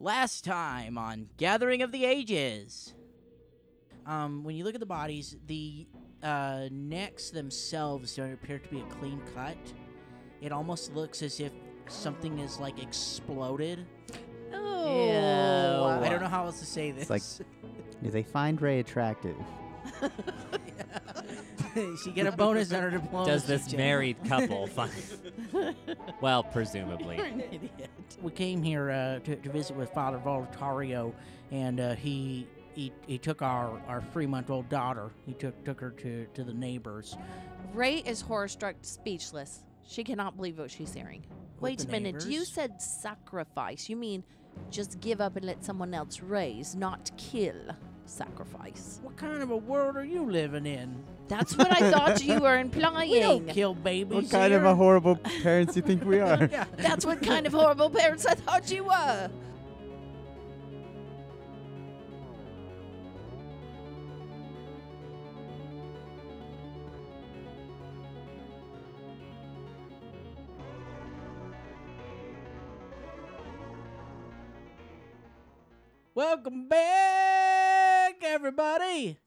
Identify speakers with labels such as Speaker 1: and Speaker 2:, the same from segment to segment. Speaker 1: Last time on Gathering of the Ages. Um, when you look at the bodies, the uh, necks themselves don't appear to be a clean cut. It almost looks as if something is like exploded.
Speaker 2: Oh.
Speaker 1: I don't know how else to say this.
Speaker 3: It's like- Do they find Ray attractive?
Speaker 1: she get a bonus on her
Speaker 2: Oh,
Speaker 1: diploma.
Speaker 4: Does this married couple find? well, presumably.
Speaker 2: an idiot.
Speaker 1: we came here uh, to, to visit with Father Voltario, and uh, he, he he took our, our three month old daughter. He took took her to, to the neighbors.
Speaker 2: Ray is horror struck, speechless. She cannot believe what she's hearing.
Speaker 1: What,
Speaker 2: Wait
Speaker 1: the
Speaker 2: a minute. You
Speaker 1: neighbors?
Speaker 2: said sacrifice. You mean just give up and let someone else raise, not kill. Sacrifice.
Speaker 1: What kind of a world are you living in?
Speaker 2: That's what I thought you were
Speaker 1: We don't
Speaker 2: implying.
Speaker 1: kill babies.
Speaker 3: What kind of a
Speaker 1: here.
Speaker 3: horrible parents you think we are?
Speaker 1: Yeah.
Speaker 2: That's what kind of horrible parents I thought you were.
Speaker 1: Welcome back, everybody.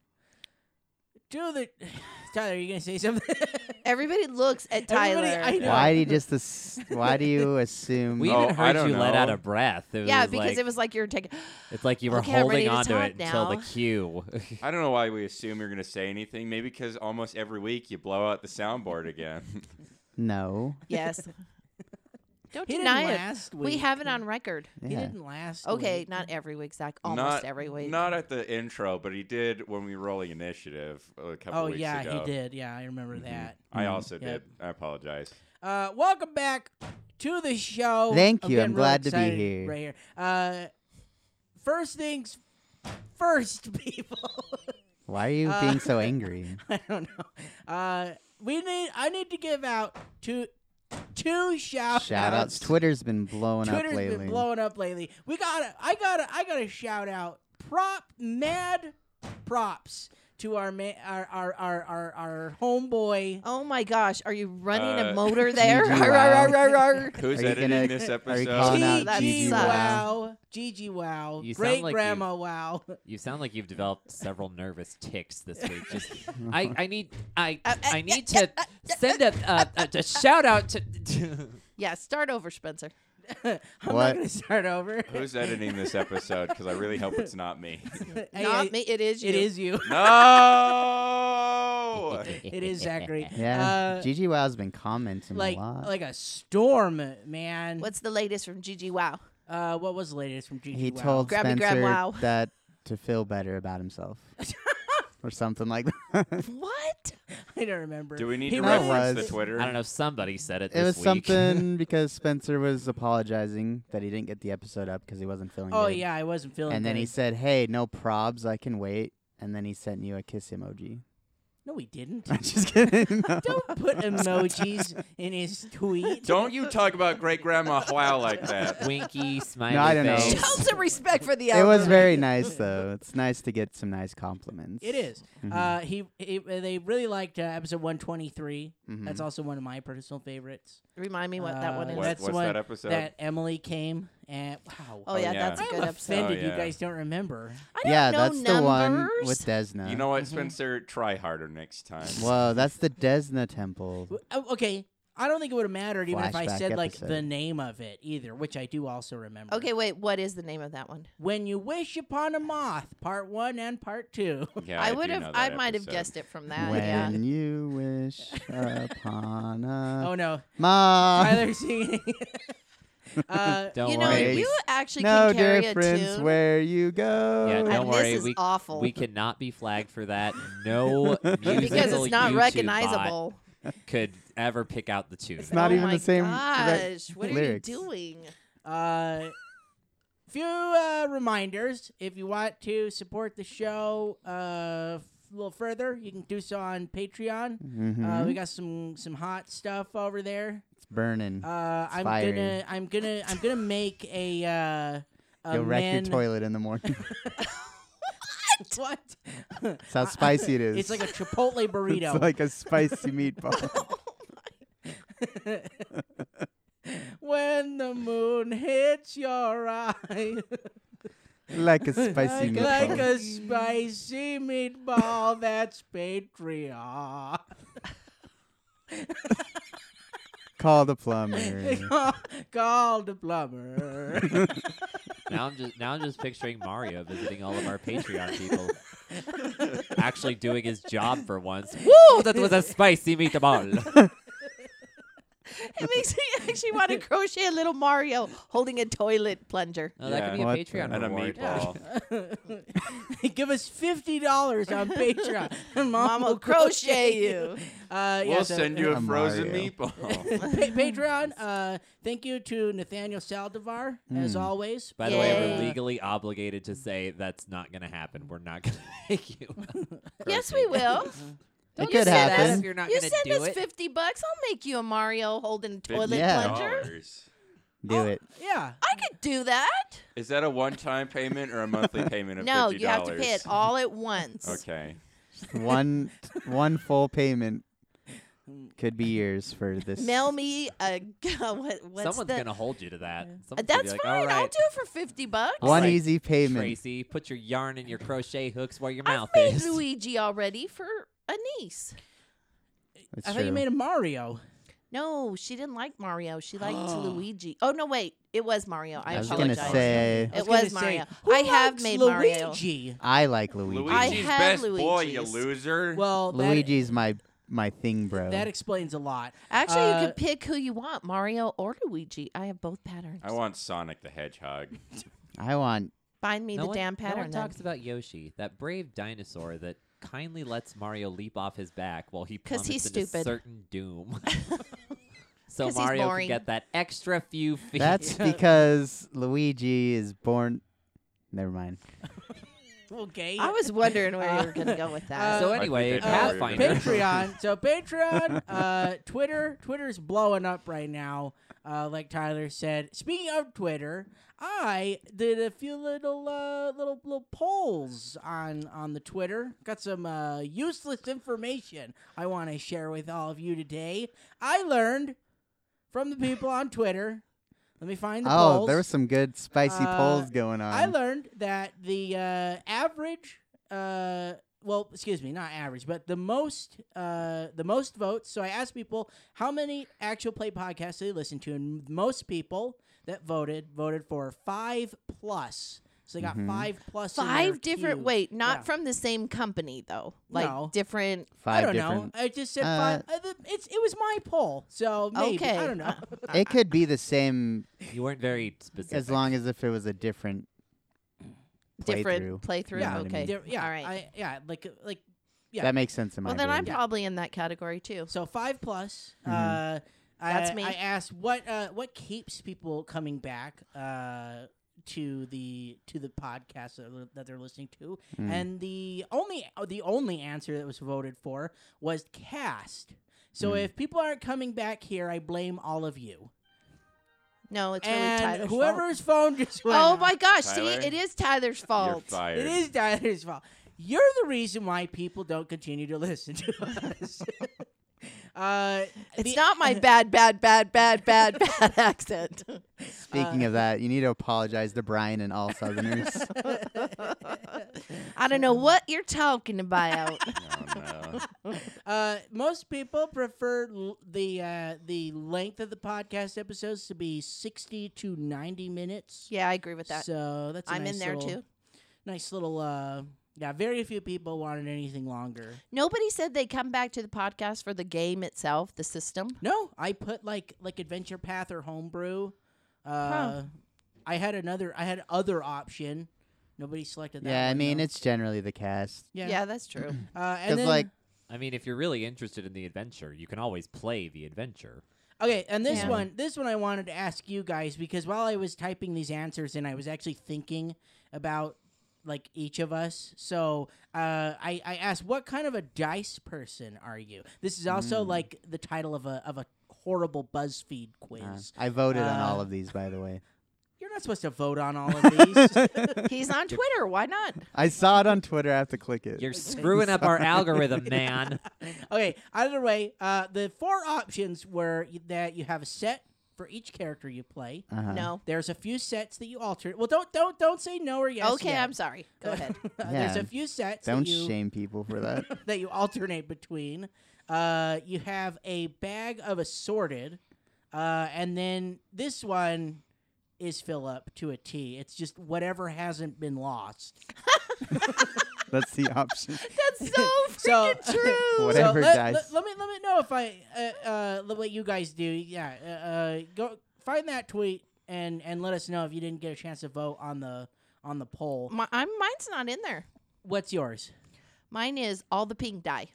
Speaker 1: To the Tyler, you gonna say something?
Speaker 2: Everybody looks at
Speaker 1: Everybody-
Speaker 2: Tyler.
Speaker 1: I know.
Speaker 3: Why do you just ass- why do you assume
Speaker 4: We
Speaker 5: Oh,
Speaker 4: even
Speaker 5: I
Speaker 4: heard
Speaker 5: don't
Speaker 4: you let out
Speaker 5: know.
Speaker 4: a breath. It
Speaker 2: yeah,
Speaker 4: was
Speaker 2: because
Speaker 4: like,
Speaker 2: it was like you were taking.
Speaker 4: It's like you were
Speaker 2: Okay, I'm ready
Speaker 4: holding
Speaker 2: to
Speaker 4: on to
Speaker 2: talk
Speaker 4: it until the
Speaker 2: now.
Speaker 4: cue.
Speaker 5: I don't know why we assume you're going to say anything. Maybe because almost every week you blow out the soundboard again.
Speaker 3: No.
Speaker 2: Yes. Don't
Speaker 1: He didn't
Speaker 2: deny it.
Speaker 1: last
Speaker 2: We
Speaker 1: week.
Speaker 2: have it on record.
Speaker 1: He
Speaker 3: Yeah.
Speaker 1: didn't last.
Speaker 2: Okay,
Speaker 1: week.
Speaker 2: not every week, Zach. Almost
Speaker 5: not,
Speaker 2: every week.
Speaker 5: Not at the intro, but he did when we were rolling initiative a couple
Speaker 1: Oh
Speaker 5: weeks
Speaker 1: yeah,
Speaker 5: ago. Mm. Mm-hmm.
Speaker 1: he did. Yeah, I remember that.
Speaker 5: I also
Speaker 1: Yeah.
Speaker 5: did. I apologize.
Speaker 1: Uh, welcome back to the show.
Speaker 3: Thank you.
Speaker 1: getting
Speaker 3: I'm glad to be
Speaker 1: excited
Speaker 3: here.
Speaker 1: Right here. Uh, first things first, people.
Speaker 3: Why are you
Speaker 1: Uh,
Speaker 3: being so angry?
Speaker 1: I don't know. Uh, we need. I need to give out two two shout,
Speaker 3: Shout outs. Twitter's been blowing
Speaker 1: Twitter's
Speaker 3: up lately.
Speaker 1: been blowing up lately. We got. to I got. to I got to shout out. Prop mad props to our ma- our, our our our our homeboy.
Speaker 2: Oh my gosh, are you running a
Speaker 5: Uh,
Speaker 2: motor there?
Speaker 3: GG,
Speaker 2: Arr, arr,
Speaker 3: wow.
Speaker 2: arr, arr, arr.
Speaker 5: Who's
Speaker 3: Are you
Speaker 5: editing
Speaker 3: gonna-
Speaker 5: this
Speaker 3: are you
Speaker 5: episode?
Speaker 3: calling out
Speaker 2: That
Speaker 3: GG
Speaker 2: sucks.
Speaker 3: Wow?
Speaker 1: Wow, Gigi Wow,
Speaker 4: You sound
Speaker 1: great
Speaker 4: like you-
Speaker 1: grandma Wow.
Speaker 4: You sound like you've developed several nervous tics this week. Just, I, I need, I,
Speaker 2: Uh, uh,
Speaker 4: I need to send a, a, a, a shout out to.
Speaker 2: Yeah, start over, Spencer.
Speaker 1: I'm
Speaker 3: What?
Speaker 1: not gonna start over.
Speaker 5: Who's editing this episode? Because I really hope it's not me.
Speaker 1: Hey,
Speaker 2: Not
Speaker 1: I-
Speaker 2: me, it is you.
Speaker 1: It is you.
Speaker 5: no!
Speaker 1: It is Zachary.
Speaker 3: yeah.
Speaker 1: Uh,
Speaker 3: Gigi Wow's been commenting
Speaker 1: like
Speaker 3: a lot.
Speaker 1: like a storm, man.
Speaker 2: What's the latest from Gigi Wow?
Speaker 1: uh, what was the latest from Gigi?
Speaker 3: he
Speaker 1: Wow?
Speaker 3: told
Speaker 2: Grab it,
Speaker 3: Spencer
Speaker 2: grab wow.
Speaker 3: that to feel better about himself. or something like that.
Speaker 2: What?
Speaker 1: I don't remember.
Speaker 5: Do we need
Speaker 1: He
Speaker 5: to
Speaker 3: No, it
Speaker 5: reference
Speaker 3: was-
Speaker 5: the Twitter?
Speaker 4: I don't know. Somebody said it.
Speaker 3: it was
Speaker 4: this week.
Speaker 3: something because Spencer was apologizing that he didn't get the episode up because he wasn't feeling
Speaker 1: Oh
Speaker 3: good.
Speaker 1: yeah, I wasn't feeling.
Speaker 3: And then
Speaker 1: good.
Speaker 3: he said, "Hey, no probs, I can wait." And then he sent you a kiss emoji.
Speaker 1: "No, he didn't.
Speaker 3: I'm just kidding. No.
Speaker 1: Don't put emojis in his tweet."
Speaker 5: Don't you talk about great grandma Wow like that.
Speaker 4: Winky, smiley
Speaker 3: I don't know.
Speaker 4: face.
Speaker 2: Show some respect for the
Speaker 3: It
Speaker 2: elder.
Speaker 3: was very nice though. It's nice to get some nice compliments.
Speaker 1: It is.
Speaker 3: Mm-hmm.
Speaker 1: Uh, he, he they really liked uh, episode 123.
Speaker 3: Mm-hmm.
Speaker 1: That's also one of my personal favorites.
Speaker 2: Remind me what that one
Speaker 1: Uh,
Speaker 2: is.
Speaker 5: What-
Speaker 1: That's
Speaker 5: what's
Speaker 1: the one
Speaker 5: that episode?
Speaker 1: That Emily came and wow.
Speaker 2: oh, yeah,
Speaker 5: yeah.
Speaker 2: that's a
Speaker 1: I'm
Speaker 2: good episode.
Speaker 1: offended
Speaker 5: Oh, yeah.
Speaker 1: you guys don't remember.
Speaker 2: I don't
Speaker 3: Yeah,
Speaker 2: know
Speaker 3: that's
Speaker 2: numbers.
Speaker 3: the one with Desna.
Speaker 5: You know what, Spencer? Try harder next time.
Speaker 3: Whoa, that's the Desna temple.
Speaker 1: W- oh, Okay, I don't think it would have mattered even if I
Speaker 3: Flashback
Speaker 1: said like the
Speaker 3: episode.
Speaker 1: name of it either, which I do also remember.
Speaker 2: okay, wait, what is the name of that one?
Speaker 1: When you wish upon a moth, part one and part two.
Speaker 5: Yeah,
Speaker 2: I
Speaker 5: do
Speaker 2: would
Speaker 5: know
Speaker 2: have, I
Speaker 5: that
Speaker 2: might have
Speaker 5: episode.
Speaker 2: guessed it from that. yeah.
Speaker 3: when you wish upon a
Speaker 1: oh no,
Speaker 3: mom.
Speaker 1: Tyler singing. uh,
Speaker 4: Don't
Speaker 2: you know,
Speaker 4: worry.
Speaker 3: Makes
Speaker 2: you actually
Speaker 3: no
Speaker 2: can carry a
Speaker 3: difference
Speaker 2: tune.
Speaker 3: where you go.
Speaker 4: Yeah,
Speaker 2: And
Speaker 4: Don't worry,
Speaker 2: this is
Speaker 4: we-
Speaker 2: awful
Speaker 4: we cannot be flagged for that. No musical
Speaker 2: because it's not
Speaker 4: YouTube bot
Speaker 2: recognizable.
Speaker 4: could ever pick out the tune.
Speaker 3: not
Speaker 2: oh
Speaker 3: even the
Speaker 2: my
Speaker 3: same re-
Speaker 2: Gosh, what
Speaker 3: lyrics.
Speaker 2: are you doing?
Speaker 1: Uh, few uh, reminders. If you want to support the show uh, a little further, you can do so on Patreon.
Speaker 3: Mhm.
Speaker 1: Uh, we got some some hot stuff over there.
Speaker 3: it's burning.
Speaker 1: Uh, I'm
Speaker 3: fiery.
Speaker 1: gonna I'm gonna I'm gonna make a. Uh, a
Speaker 3: You'll wreck
Speaker 1: men-
Speaker 3: your toilet in the morning.
Speaker 1: What?
Speaker 3: That's how spicy it is.
Speaker 1: It's like a Chipotle burrito.
Speaker 3: It's like a spicy meatball.
Speaker 1: when the moon hits your eye,
Speaker 3: like a spicy
Speaker 1: like,
Speaker 3: meatball.
Speaker 1: like a spicy meatball that's patriot.
Speaker 3: Call the plumber.
Speaker 1: Call the plumber.
Speaker 4: Now I'm just now I'm just picturing Mario visiting all of our Patreon people, actually doing his job for once. Woo! That was a spicy meatball.
Speaker 2: It makes me actually want to crochet a little Mario holding a toilet plunger.
Speaker 4: Oh, That could be a
Speaker 3: What
Speaker 4: Patreon
Speaker 3: the-
Speaker 5: and a
Speaker 4: reward.
Speaker 5: meatball.
Speaker 2: Uh,
Speaker 1: Give us fifty dollars on Patreon, and Mom
Speaker 3: Oh,
Speaker 2: Mama, crochet you.
Speaker 1: Uh, yeah,
Speaker 5: We'll
Speaker 1: so-
Speaker 5: send you a
Speaker 3: A
Speaker 5: frozen
Speaker 3: Mario.
Speaker 5: meatball.
Speaker 1: Pa- Patreon. Uh, thank you to Nathaniel Saldivar as
Speaker 2: Hmm.
Speaker 3: Mm.
Speaker 1: always.
Speaker 4: By the way,
Speaker 2: Yay.
Speaker 4: we're legally obligated to say that's not going to happen. We're not going to make you.
Speaker 2: yes, we will.
Speaker 3: it
Speaker 2: you say
Speaker 3: could
Speaker 2: that if
Speaker 3: happen.
Speaker 4: you're not
Speaker 2: You send us 50 bucks, I'll make you a Mario holding toilet
Speaker 3: Yeah. Oh.
Speaker 2: plunger.
Speaker 5: $50.
Speaker 3: Do it.
Speaker 1: yeah.
Speaker 2: I could do that.
Speaker 5: Is that a one-time payment or a monthly payment of
Speaker 2: No,
Speaker 5: $50?
Speaker 2: you have to pay it all at once.
Speaker 5: Okay.
Speaker 3: one one full payment could be yours for this.
Speaker 2: Mail me a what, what's
Speaker 4: Someone's
Speaker 2: the,
Speaker 4: going to hold you to
Speaker 2: Uh,
Speaker 4: that. Someone's gonna be
Speaker 2: That's
Speaker 4: like,
Speaker 2: fine.
Speaker 4: All right,
Speaker 2: I'll do it for 50 bucks.
Speaker 3: one
Speaker 4: Alright,
Speaker 3: easy payment.
Speaker 4: Tracy, put your yarn and your crochet hooks where your
Speaker 2: I've
Speaker 4: mouth
Speaker 2: made
Speaker 4: is.
Speaker 2: Luigi already for a niece.
Speaker 3: It's
Speaker 1: I
Speaker 3: true.
Speaker 1: thought you made a Mario.
Speaker 2: No, she didn't like Mario. She liked Luigi. Oh no, wait, it was Mario. I,
Speaker 3: I was
Speaker 2: apologize.
Speaker 3: gonna say
Speaker 1: I gonna
Speaker 2: it was
Speaker 1: say,
Speaker 2: Mario.
Speaker 1: who
Speaker 2: I have
Speaker 1: likes
Speaker 2: made Mario.
Speaker 1: Luigi.
Speaker 3: I like Luigi.
Speaker 2: I
Speaker 5: Luigi's
Speaker 2: had
Speaker 5: best boy, you
Speaker 2: Luigi's.
Speaker 5: loser.
Speaker 1: Well, that-
Speaker 3: Luigi's my my thing, bro.
Speaker 1: That, explains a lot.
Speaker 2: Actually, you
Speaker 1: Uh,
Speaker 2: could pick who you want, Mario or Luigi. I have both patterns.
Speaker 5: I want Sonic the Hedgehog.
Speaker 3: I want
Speaker 2: Find me
Speaker 4: No
Speaker 2: the
Speaker 4: one-
Speaker 2: damn
Speaker 4: No
Speaker 2: pattern.
Speaker 4: one
Speaker 2: then.
Speaker 4: talks about Yoshi, that brave dinosaur that kindly lets Mario leap off his back while he
Speaker 2: 'Cause
Speaker 4: plummets
Speaker 2: he's
Speaker 4: into
Speaker 2: stupid.
Speaker 4: certain doom. so
Speaker 2: 'Cause he's
Speaker 4: Mario
Speaker 2: boring.
Speaker 4: can get that extra few feet.
Speaker 3: That's because Luigi is born. Never mind.
Speaker 1: Okay.
Speaker 2: I was wondering where you were going to
Speaker 1: Uh,
Speaker 2: go with that.
Speaker 4: so
Speaker 5: I think
Speaker 4: anyway,
Speaker 5: they know
Speaker 1: where
Speaker 4: Pathfinder.
Speaker 5: you're gonna
Speaker 1: uh, Patreon. So Patreon, uh, Twitter. Twitter's blowing up right now. Uh, like Tyler said. Speaking of Twitter, I did a few little uh, little little polls on on the Twitter. Got some uh, useless information I want to share with all of you today. I learned from the people on Twitter. Let me find the
Speaker 3: oh,
Speaker 1: polls.
Speaker 3: there was some good spicy
Speaker 1: Uh,
Speaker 3: polls going on.
Speaker 1: I learned that the uh, average, uh, well, excuse me, not average, but the most, uh, the most votes. So I asked people how many actual play podcasts they listen to, and most people that voted voted for five plus. So they got
Speaker 3: Mhm.
Speaker 1: five plus. in their
Speaker 2: Five different.
Speaker 1: queue.
Speaker 2: Wait, not
Speaker 1: Yeah.
Speaker 2: from the same company though. Like
Speaker 1: No.
Speaker 2: different.
Speaker 1: I
Speaker 3: Five
Speaker 1: don't know.
Speaker 3: different.
Speaker 1: I just said five. Uh, the- it's it was my poll, so maybe
Speaker 2: Okay.
Speaker 1: I don't know.
Speaker 3: It could be the same
Speaker 4: You weren't very specific.
Speaker 3: as long as if it was a different
Speaker 2: Different
Speaker 3: playthrough.
Speaker 2: playthrough.
Speaker 1: Yeah,
Speaker 2: okay.
Speaker 1: There- yeah,
Speaker 2: All right.
Speaker 1: I, yeah, like like yeah.
Speaker 3: That makes sense in my
Speaker 2: well, then I'm
Speaker 3: brain.
Speaker 2: probably in that category too.
Speaker 1: So five plus.
Speaker 3: Mm-hmm.
Speaker 1: Uh,
Speaker 2: That's
Speaker 1: I,
Speaker 2: me.
Speaker 1: I asked what uh, what keeps people coming back uh, to the to the podcast that, they're- that they're listening to,
Speaker 3: Mm.
Speaker 1: and the only the only answer that was voted for was cast. So
Speaker 3: Mm.
Speaker 1: if people aren't coming back here, I blame all of you.
Speaker 2: No, it's really
Speaker 1: and
Speaker 2: Tyler's fault.
Speaker 1: whoever's phone just went.
Speaker 2: Oh
Speaker 1: off,
Speaker 2: my gosh!
Speaker 5: Tyler?
Speaker 2: See, it is Tyler's
Speaker 5: You're
Speaker 2: fault.
Speaker 5: fired.
Speaker 1: It is Tyler's fault. You're the reason why people don't continue to listen to us. uh,
Speaker 2: It's
Speaker 1: the-
Speaker 2: not my bad, bad, bad, bad, bad, bad accent.
Speaker 3: Speaking of that, you need to apologize to Brian and all Southerners.
Speaker 2: I don't know what you're talking about.
Speaker 5: Oh, no.
Speaker 1: Uh, most people prefer l- the uh, the length of the podcast episodes to be sixty to ninety minutes.
Speaker 2: yeah, I agree with that.
Speaker 1: So that's a
Speaker 2: I'm
Speaker 1: nice
Speaker 2: in there
Speaker 1: little-
Speaker 2: too.
Speaker 1: Nice little. Uh, yeah, very few people wanted anything longer.
Speaker 2: Nobody said they come back to the podcast for the game itself, the system.
Speaker 1: No, I put like like Adventure Path or Homebrew. Uh, I had another. I had other option. Nobody selected that.
Speaker 3: yeah, I
Speaker 1: one,
Speaker 3: mean
Speaker 1: though.
Speaker 3: it's generally the cast
Speaker 1: yeah.
Speaker 2: that's true.
Speaker 1: Uh, and
Speaker 3: because
Speaker 1: then,
Speaker 3: like
Speaker 4: I mean, if you're really interested in the adventure, you can always play the adventure.
Speaker 1: Okay, and this
Speaker 2: Yeah.
Speaker 1: one, this one I wanted to ask you guys because while I was typing these answers and I was actually thinking about like each of us. So uh, I I asked, what kind of a dice person are you? This is also
Speaker 2: Hmm.
Speaker 3: Mm.
Speaker 1: like the title of a of a horrible BuzzFeed quiz.
Speaker 3: uh, I voted on all
Speaker 1: Uh,
Speaker 3: of these by the way.
Speaker 1: You're not supposed to vote on all of these.
Speaker 2: He's on Twitter. Why not?
Speaker 1: Uh-huh.
Speaker 3: I saw it on Twitter. I have to click it.
Speaker 4: You're screwing up our algorithm, man.
Speaker 1: okay, either way, uh, the four options were that you have a set for each character you play.
Speaker 3: Uh-huh.
Speaker 2: No.
Speaker 1: There's a few sets that you alter. Well, don't don't don't say no or yes.
Speaker 2: okay,
Speaker 1: yet.
Speaker 2: I'm sorry. Go ahead.
Speaker 1: There's
Speaker 3: Yeah.
Speaker 1: a few sets
Speaker 3: Don't
Speaker 1: that you
Speaker 3: shame people for that.
Speaker 1: that you alternate between. Uh, you have a bag of assorted, uh, and then this one is fill up to a T. It's just whatever hasn't been lost.
Speaker 3: That's the option.
Speaker 2: That's so
Speaker 1: So-
Speaker 2: freaking true.
Speaker 1: So
Speaker 3: Whatever
Speaker 1: let,
Speaker 3: dice.
Speaker 1: let- let me let me know if I uh, uh, let what you guys do. Yeah, uh, uh, go find that tweet and and let us know if you didn't get a chance to vote on the on the poll.
Speaker 2: My, I'm, mine's not in there.
Speaker 1: What's yours?
Speaker 2: Mine is all the pink dye.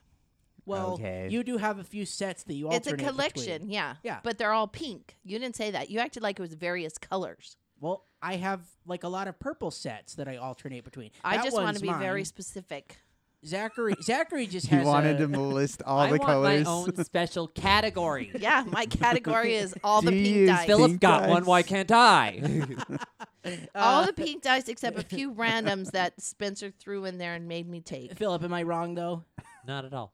Speaker 1: Well,
Speaker 3: Okay.
Speaker 1: you do have a few sets that you alternate.
Speaker 2: it's a collection,
Speaker 1: between.
Speaker 2: yeah.
Speaker 1: Yeah.
Speaker 2: But they're all pink. You didn't say that. You acted like it was various colors.
Speaker 1: Well, I have like a lot of purple sets that I alternate between.
Speaker 2: I
Speaker 1: That
Speaker 2: just want
Speaker 1: one's
Speaker 2: to be very
Speaker 1: mine.
Speaker 2: specific.
Speaker 1: Zachary. Zachary just
Speaker 3: He
Speaker 1: has.
Speaker 3: wanted
Speaker 1: a,
Speaker 3: to list all
Speaker 4: I
Speaker 3: the
Speaker 4: want
Speaker 3: colors.
Speaker 4: my own special category.
Speaker 2: Yeah, my category is all the
Speaker 3: Do
Speaker 2: pink
Speaker 3: you
Speaker 2: dyes.
Speaker 3: feel-
Speaker 4: Philip got
Speaker 3: Pink
Speaker 4: one. Why can't I?
Speaker 1: Uh,
Speaker 2: all the pink dyes except a few randoms that Spencer threw in there and made me take.
Speaker 1: uh, Philip, am I wrong though?
Speaker 4: Not at all.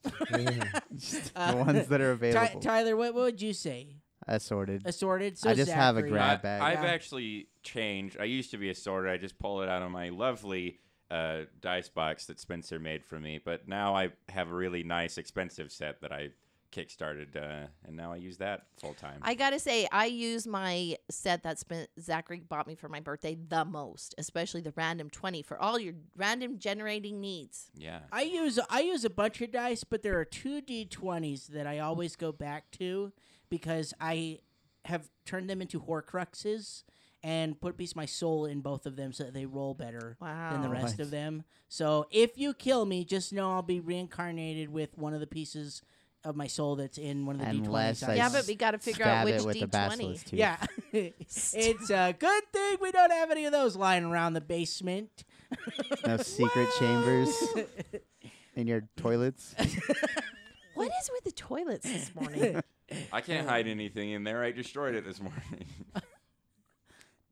Speaker 3: Just
Speaker 1: uh,
Speaker 3: the ones that are
Speaker 1: Ty-
Speaker 3: available.
Speaker 1: Tyler, what, what would you say?
Speaker 3: Assorted.
Speaker 1: Assorted. So
Speaker 3: I just have a
Speaker 1: Zachary-
Speaker 3: grab
Speaker 5: I-
Speaker 3: bag.
Speaker 5: I've
Speaker 1: Yeah.
Speaker 5: actually changed. I used to be a sorter. I just pull it out of my lovely uh, dice box that Spencer made for me. But now I have a really nice, expensive set that I kickstarted, uh, and now I use that full time.
Speaker 2: I gotta say, I use my set that Spen- Zachary bought me for my birthday the most, especially the random twenty for all your random generating needs.
Speaker 5: yeah.
Speaker 1: I use I use a bunch of dice, but there are two d20s that I always go back to because I have turned them into Horcruxes and put a piece of my soul in both of them so that they roll better than the
Speaker 2: Wow.
Speaker 1: rest
Speaker 3: Nice.
Speaker 1: of them. So if you kill me, just know I'll be reincarnated with one of the pieces of my soul that's in one of the
Speaker 3: Unless
Speaker 1: d20s.
Speaker 3: I
Speaker 1: I
Speaker 2: yeah,
Speaker 1: s-
Speaker 2: but we gotta figure
Speaker 3: Stab
Speaker 2: out which
Speaker 3: it with the
Speaker 2: D20.
Speaker 3: basilisk tooth.
Speaker 1: yeah. it's a good thing we don't have any of those lying around the basement.
Speaker 3: No secret chambers in your toilets.
Speaker 2: What is with the toilets this morning?
Speaker 5: I can't hide anything in there. I destroyed it this morning.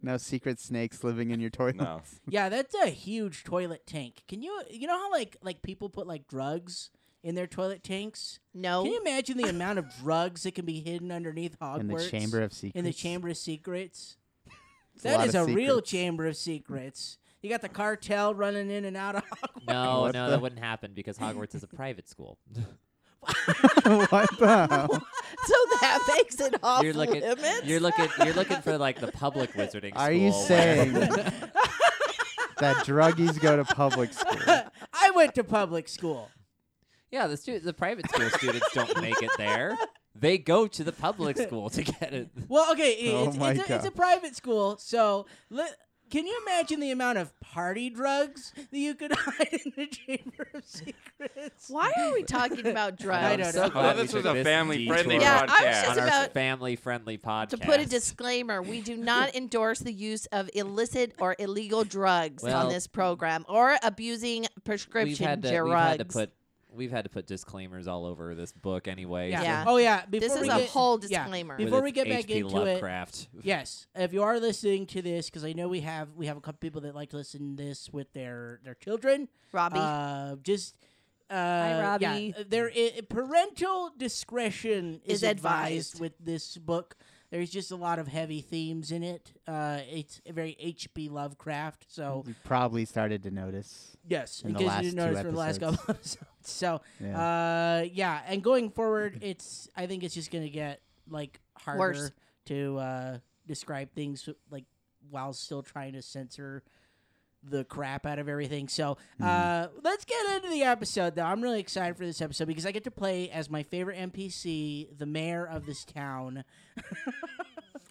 Speaker 3: No secret snakes living in your toilet.
Speaker 5: no.
Speaker 1: Yeah, that's a huge toilet tank. Can you you know how like like people put like drugs in their toilet tanks?
Speaker 2: no.
Speaker 1: Can you imagine the amount of drugs that can be hidden underneath Hogwarts?
Speaker 3: Oh. In the chamber of secrets.
Speaker 1: in the chamber of secrets.
Speaker 3: It's
Speaker 1: that
Speaker 3: lot
Speaker 1: is a
Speaker 3: of
Speaker 1: real
Speaker 3: secrets.
Speaker 1: chamber of secrets. You got the cartel running in and out of Hogwarts.
Speaker 4: No,
Speaker 3: What
Speaker 4: no,
Speaker 3: the-
Speaker 4: that wouldn't happen because Hogwarts is a private school.
Speaker 3: what the? hell?
Speaker 2: so that makes it off
Speaker 4: you're looking,
Speaker 2: limits.
Speaker 4: you're looking, you're looking for like the public wizarding.
Speaker 3: Are you
Speaker 4: school where-
Speaker 3: saying that druggies go to public school?
Speaker 1: I went to public school.
Speaker 4: Yeah, the stu- the private school students don't make it there. They go to the public school to get it.
Speaker 1: Well, okay, i-
Speaker 3: Oh
Speaker 1: it's,
Speaker 3: my
Speaker 1: it's, a, it's a
Speaker 3: God.
Speaker 1: private school, so li- can you imagine the amount of party drugs that you could hide in the chamber of secrets?
Speaker 2: Why are we talking about drugs?
Speaker 1: I don't
Speaker 4: so
Speaker 1: know.
Speaker 4: glad
Speaker 5: Oh,
Speaker 4: we
Speaker 5: this
Speaker 4: took
Speaker 5: was a family-friendly
Speaker 4: detour
Speaker 2: Yeah, I was
Speaker 5: podcast.
Speaker 2: just
Speaker 4: on our
Speaker 2: about
Speaker 4: family-friendly podcast.
Speaker 2: to put a disclaimer, we do not endorse the use of illicit or illegal drugs on
Speaker 4: Well-
Speaker 2: this program or abusing prescription
Speaker 4: we've had to,
Speaker 2: drugs.
Speaker 4: We've had to put we've had to put disclaimers all over this book anyway.
Speaker 1: Yeah.
Speaker 2: Yeah. Oh,
Speaker 1: Oh yeah. Before
Speaker 2: this is
Speaker 1: we
Speaker 2: a
Speaker 1: get-
Speaker 2: whole
Speaker 1: yeah.
Speaker 2: disclaimer.
Speaker 1: Before we get back
Speaker 4: HP
Speaker 1: into
Speaker 4: Lovecraft.
Speaker 1: it, yes, if you are listening to this, because I know we have we have a couple people that like to listen to this with their their children.
Speaker 2: Robbie,
Speaker 1: Uh, just. Uh,
Speaker 4: Robbie.
Speaker 1: Yeah, uh, there i- parental discretion is,
Speaker 2: Is advised.
Speaker 1: with this book. There's just a lot of heavy themes in it. Uh, it's very H.P. Lovecraft, so
Speaker 3: You probably started to notice.
Speaker 1: yes,
Speaker 3: Mm-hmm. In
Speaker 1: in
Speaker 3: the
Speaker 1: case
Speaker 3: last
Speaker 1: you didn't
Speaker 3: two
Speaker 1: notice from the last
Speaker 3: episodes.
Speaker 1: couple episodes. So
Speaker 3: Yeah. Mm-hmm.
Speaker 1: uh, yeah, and going forward, it's I think it's just gonna get like harder
Speaker 2: Worse.
Speaker 1: to uh, describe things like while still trying to censor the crap out of everything. So uh,
Speaker 3: Mm-hmm.
Speaker 1: let's get into the episode. Though I'm really excited for this episode because I get to play as my favorite NPC, the mayor of this town,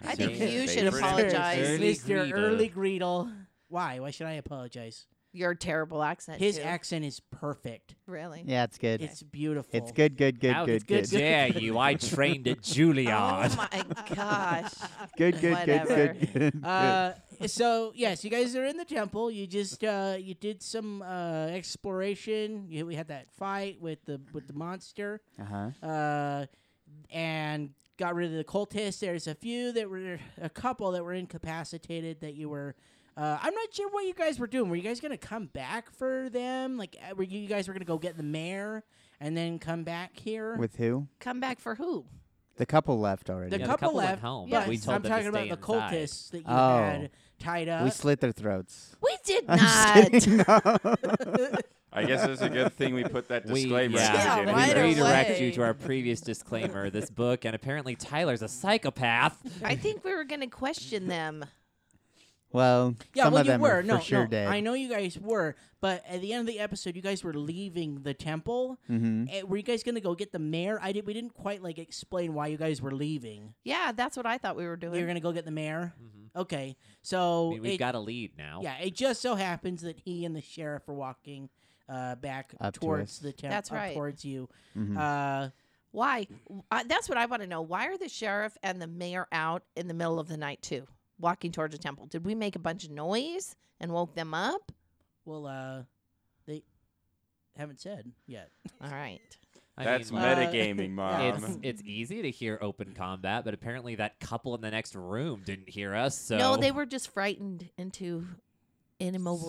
Speaker 2: I think
Speaker 4: Seriously.
Speaker 2: you should
Speaker 5: Favorite
Speaker 2: apologize.
Speaker 4: Early
Speaker 1: Mister
Speaker 4: Greedle.
Speaker 1: Early Greedle. Why? Why should I apologize?
Speaker 2: Your terrible accent.
Speaker 1: His
Speaker 2: too.
Speaker 1: accent is perfect.
Speaker 2: really.
Speaker 3: Yeah, it's good.
Speaker 1: It's beautiful.
Speaker 3: It's good, good, good,
Speaker 4: How
Speaker 3: good,
Speaker 1: good,
Speaker 3: good, good,
Speaker 4: dare you? I trained at Juilliard.
Speaker 2: Oh my gosh.
Speaker 3: good, good, good,
Speaker 2: Whatever.
Speaker 3: good, good.
Speaker 1: Uh, so yes, you guys are in the temple. You just uh, you did some uh, exploration. You, we had that fight with the with the monster,
Speaker 3: Uh huh.
Speaker 1: uh, and got rid of the cultists. There's a few that were a couple that were incapacitated that you were. Uh, I'm not sure what you guys were doing. Were you guys gonna come back for them? Like, uh, were you, you guys were gonna go get the mayor and then come back here?
Speaker 3: With who?
Speaker 2: Come back for who?
Speaker 3: The couple left already.
Speaker 1: The
Speaker 4: Yeah, the
Speaker 1: couple
Speaker 4: couple went
Speaker 1: left.
Speaker 4: home,
Speaker 1: yeah,
Speaker 4: but we told
Speaker 1: I'm
Speaker 4: them to
Speaker 1: talking about
Speaker 4: stay
Speaker 1: the
Speaker 4: inside.
Speaker 1: cultists that you
Speaker 3: Oh.
Speaker 1: had tied up.
Speaker 3: we slit their throats.
Speaker 2: We did
Speaker 3: I'm
Speaker 2: not.
Speaker 3: just kidding. No.
Speaker 5: I guess it's a good thing we put that
Speaker 4: We,
Speaker 5: disclaimer. at the
Speaker 2: Yeah,
Speaker 4: yeah,
Speaker 5: beginning.
Speaker 2: right
Speaker 4: we redirect
Speaker 2: away.
Speaker 4: you to our previous disclaimer, this book, and apparently Tyler's a psychopath.
Speaker 2: I think we were going to question them.
Speaker 3: well,
Speaker 1: yeah,
Speaker 3: some
Speaker 1: well,
Speaker 3: of
Speaker 1: you
Speaker 3: them
Speaker 1: were.
Speaker 3: are
Speaker 1: no,
Speaker 3: for sure
Speaker 1: no,
Speaker 3: dead.
Speaker 1: I know you guys were, but at the end of the episode, you guys were leaving the temple.
Speaker 3: Mm-hmm.
Speaker 1: Eh, were you guys gonna go get the mayor? I did. We didn't quite like explain why you guys were leaving.
Speaker 2: Yeah, that's what I thought we were
Speaker 1: you
Speaker 2: doing.
Speaker 1: were gonna go get the mayor.
Speaker 4: Mhm.
Speaker 1: Okay,
Speaker 4: I
Speaker 1: so
Speaker 4: mean, we've
Speaker 1: it-
Speaker 4: got a lead now.
Speaker 1: yeah, it just so happens that he and the sheriff are walking uh, back
Speaker 3: Up to
Speaker 1: towards
Speaker 3: us.
Speaker 1: the temple.
Speaker 2: That's right.
Speaker 1: Towards you.
Speaker 3: Mm-hmm.
Speaker 1: Uh,
Speaker 2: Why? I, that's what I want to know. Why are the sheriff and the mayor out in the middle of the night too, walking towards the temple? Did we make a bunch of noise and woke them up?
Speaker 1: well, uh, they haven't said yet.
Speaker 2: All right.
Speaker 4: I
Speaker 5: That's
Speaker 4: mean,
Speaker 1: meta-
Speaker 4: like,
Speaker 5: metagaming,
Speaker 1: yeah.
Speaker 5: mom.
Speaker 4: It's it's easy to hear open combat, but apparently that couple in the next room didn't hear us. So
Speaker 2: No, they were just frightened into an immobile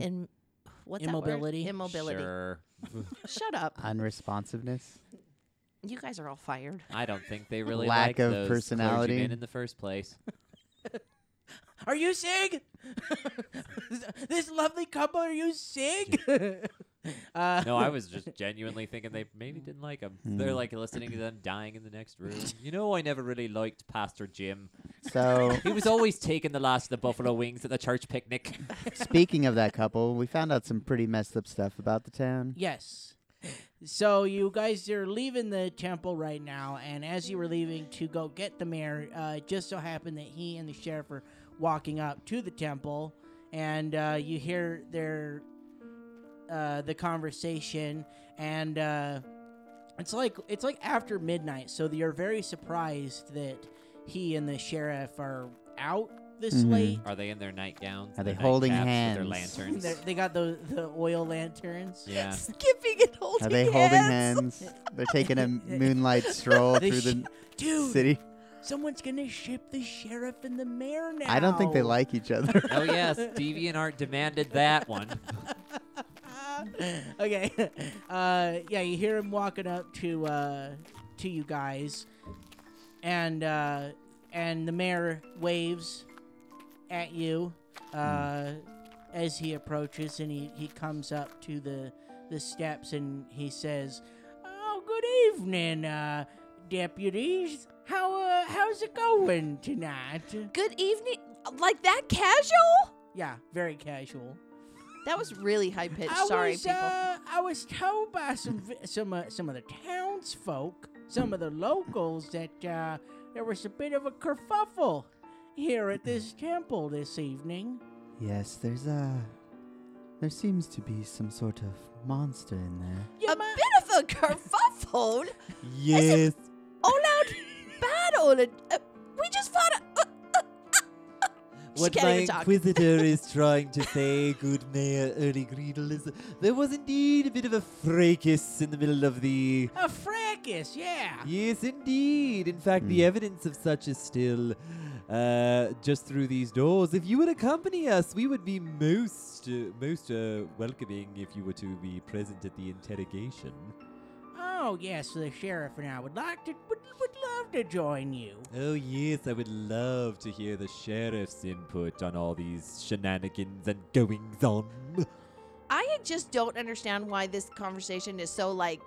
Speaker 2: In, in, what's
Speaker 1: Immobility?
Speaker 2: That word? Immobility.
Speaker 4: Sure.
Speaker 2: Shut up.
Speaker 3: Unresponsiveness.
Speaker 2: You guys are all fired.
Speaker 4: I don't think they really
Speaker 3: Lack
Speaker 4: like
Speaker 3: of
Speaker 4: those
Speaker 3: personality.
Speaker 4: clergymen in the first place.
Speaker 1: Are you Sig? this lovely couple, are you Sig? uh,
Speaker 4: No, I was just genuinely thinking they maybe didn't like them. They're
Speaker 3: Mm.
Speaker 4: like listening to them dying in the next room. You know, I never really liked Pastor Jim.
Speaker 3: So,
Speaker 4: He was always taking the last of the buffalo wings at the church picnic.
Speaker 3: speaking of that couple, we found out some pretty messed up stuff about the town.
Speaker 1: Yes. So you guys are leaving the temple right now, and as you were leaving to go get the mayor, uh, it just so happened that he and the sheriff are walking up to the temple, and uh, you hear their uh, the conversation, and uh, it's like it's like after midnight. So you're very surprised that he and the sheriff are out this
Speaker 3: Mhm.
Speaker 1: late.
Speaker 4: Are they in their nightgowns?
Speaker 3: Are
Speaker 4: their
Speaker 3: they holding
Speaker 4: nightcaps with
Speaker 3: hands?
Speaker 4: Their
Speaker 1: They're-
Speaker 4: lanterns.
Speaker 1: They got the the oil lanterns.
Speaker 4: yeah.
Speaker 2: Skipping and holding
Speaker 3: Are they holding hands? They're taking a moonlight stroll
Speaker 1: They
Speaker 3: through the
Speaker 1: sh- Dude,
Speaker 3: city.
Speaker 1: Someone's gonna ship the sheriff and the mayor now.
Speaker 3: I don't think they like each other.
Speaker 4: Oh yes, DeviantArt demanded that one.
Speaker 1: okay. Uh, yeah, you hear him walking up to uh, to you guys, and uh, and the mayor waves at you uh,
Speaker 3: Hmm.
Speaker 1: as he approaches, and he, he comes up to the the steps and he says, "Oh, good evening, uh, deputies. How uh, how's it going tonight?"
Speaker 2: Good evening. Like that casual?
Speaker 1: Yeah, very casual.
Speaker 2: That was really high pitched.
Speaker 1: I
Speaker 2: Sorry,
Speaker 1: was,
Speaker 2: people.
Speaker 1: Uh, I was told by some vi- some uh, some of the townsfolk, some of the locals, that uh, there was a bit of a kerfuffle here at this temple this evening.
Speaker 3: yes, there's a. There seems to be some sort of monster in there.
Speaker 1: You
Speaker 2: a
Speaker 1: might-
Speaker 2: bit of a kerfuffle.
Speaker 3: Yes.
Speaker 2: all out battle. And, uh, we just fought. A, uh, uh, uh, uh. She
Speaker 6: What
Speaker 2: can't
Speaker 6: my
Speaker 2: even talk.
Speaker 6: inquisitor is trying to say, good Mayor Ernie Greedle, is there was indeed a bit of a fracas in the middle of the.
Speaker 1: a fracas, yeah.
Speaker 6: Yes, indeed. In fact, the
Speaker 3: Hmm.
Speaker 6: evidence of such is still uh, just through these doors. If you would accompany us, we would be most uh, most uh, welcoming if you were to be present at the interrogation.
Speaker 1: Oh yes, the sheriff and I would like to would, would love to join you.
Speaker 6: Oh yes, I would love to hear the sheriff's input on all these shenanigans and goings on.
Speaker 2: I just don't understand why this conversation is so like.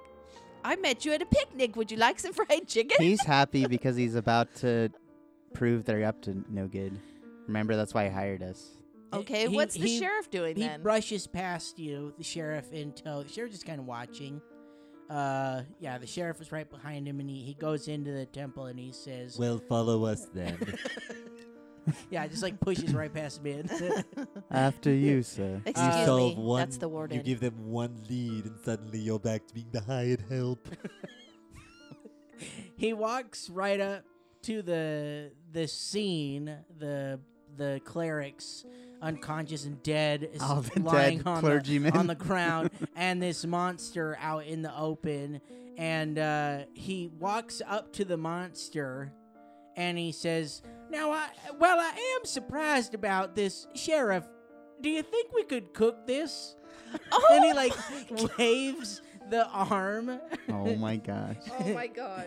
Speaker 2: I met you at a picnic. Would you like some fried chicken?
Speaker 3: He's happy because he's about to prove they're up to no good. Remember, that's why he hired us.
Speaker 2: okay,
Speaker 1: He-
Speaker 2: what's the
Speaker 1: he-
Speaker 2: sheriff doing
Speaker 1: He
Speaker 2: then?
Speaker 1: brushes past you, the sheriff, in tow. The sheriff's just kind of watching. Uh, yeah, the sheriff is right behind him, and he, he goes into the temple and he says,
Speaker 6: Well, follow us then.
Speaker 1: Yeah, just like pushes right past me.
Speaker 3: After you, sir.
Speaker 6: you
Speaker 2: Excuse
Speaker 6: solve
Speaker 2: me,
Speaker 6: one.
Speaker 2: that's the warden.
Speaker 6: You give them one lead, and suddenly you're back to being the hired help.
Speaker 1: he walks right up to the the scene, the the clerics unconscious and dead is
Speaker 3: All the
Speaker 1: lying
Speaker 3: dead
Speaker 1: on
Speaker 3: clergymen.
Speaker 1: the on the ground and this monster out in the open and uh, he walks up to the monster and he says, "Now I well I am surprised about this sheriff. Do you think we could cook this?"
Speaker 2: oh,
Speaker 1: and he like waves the arm
Speaker 3: Oh my gosh.
Speaker 2: oh my gosh.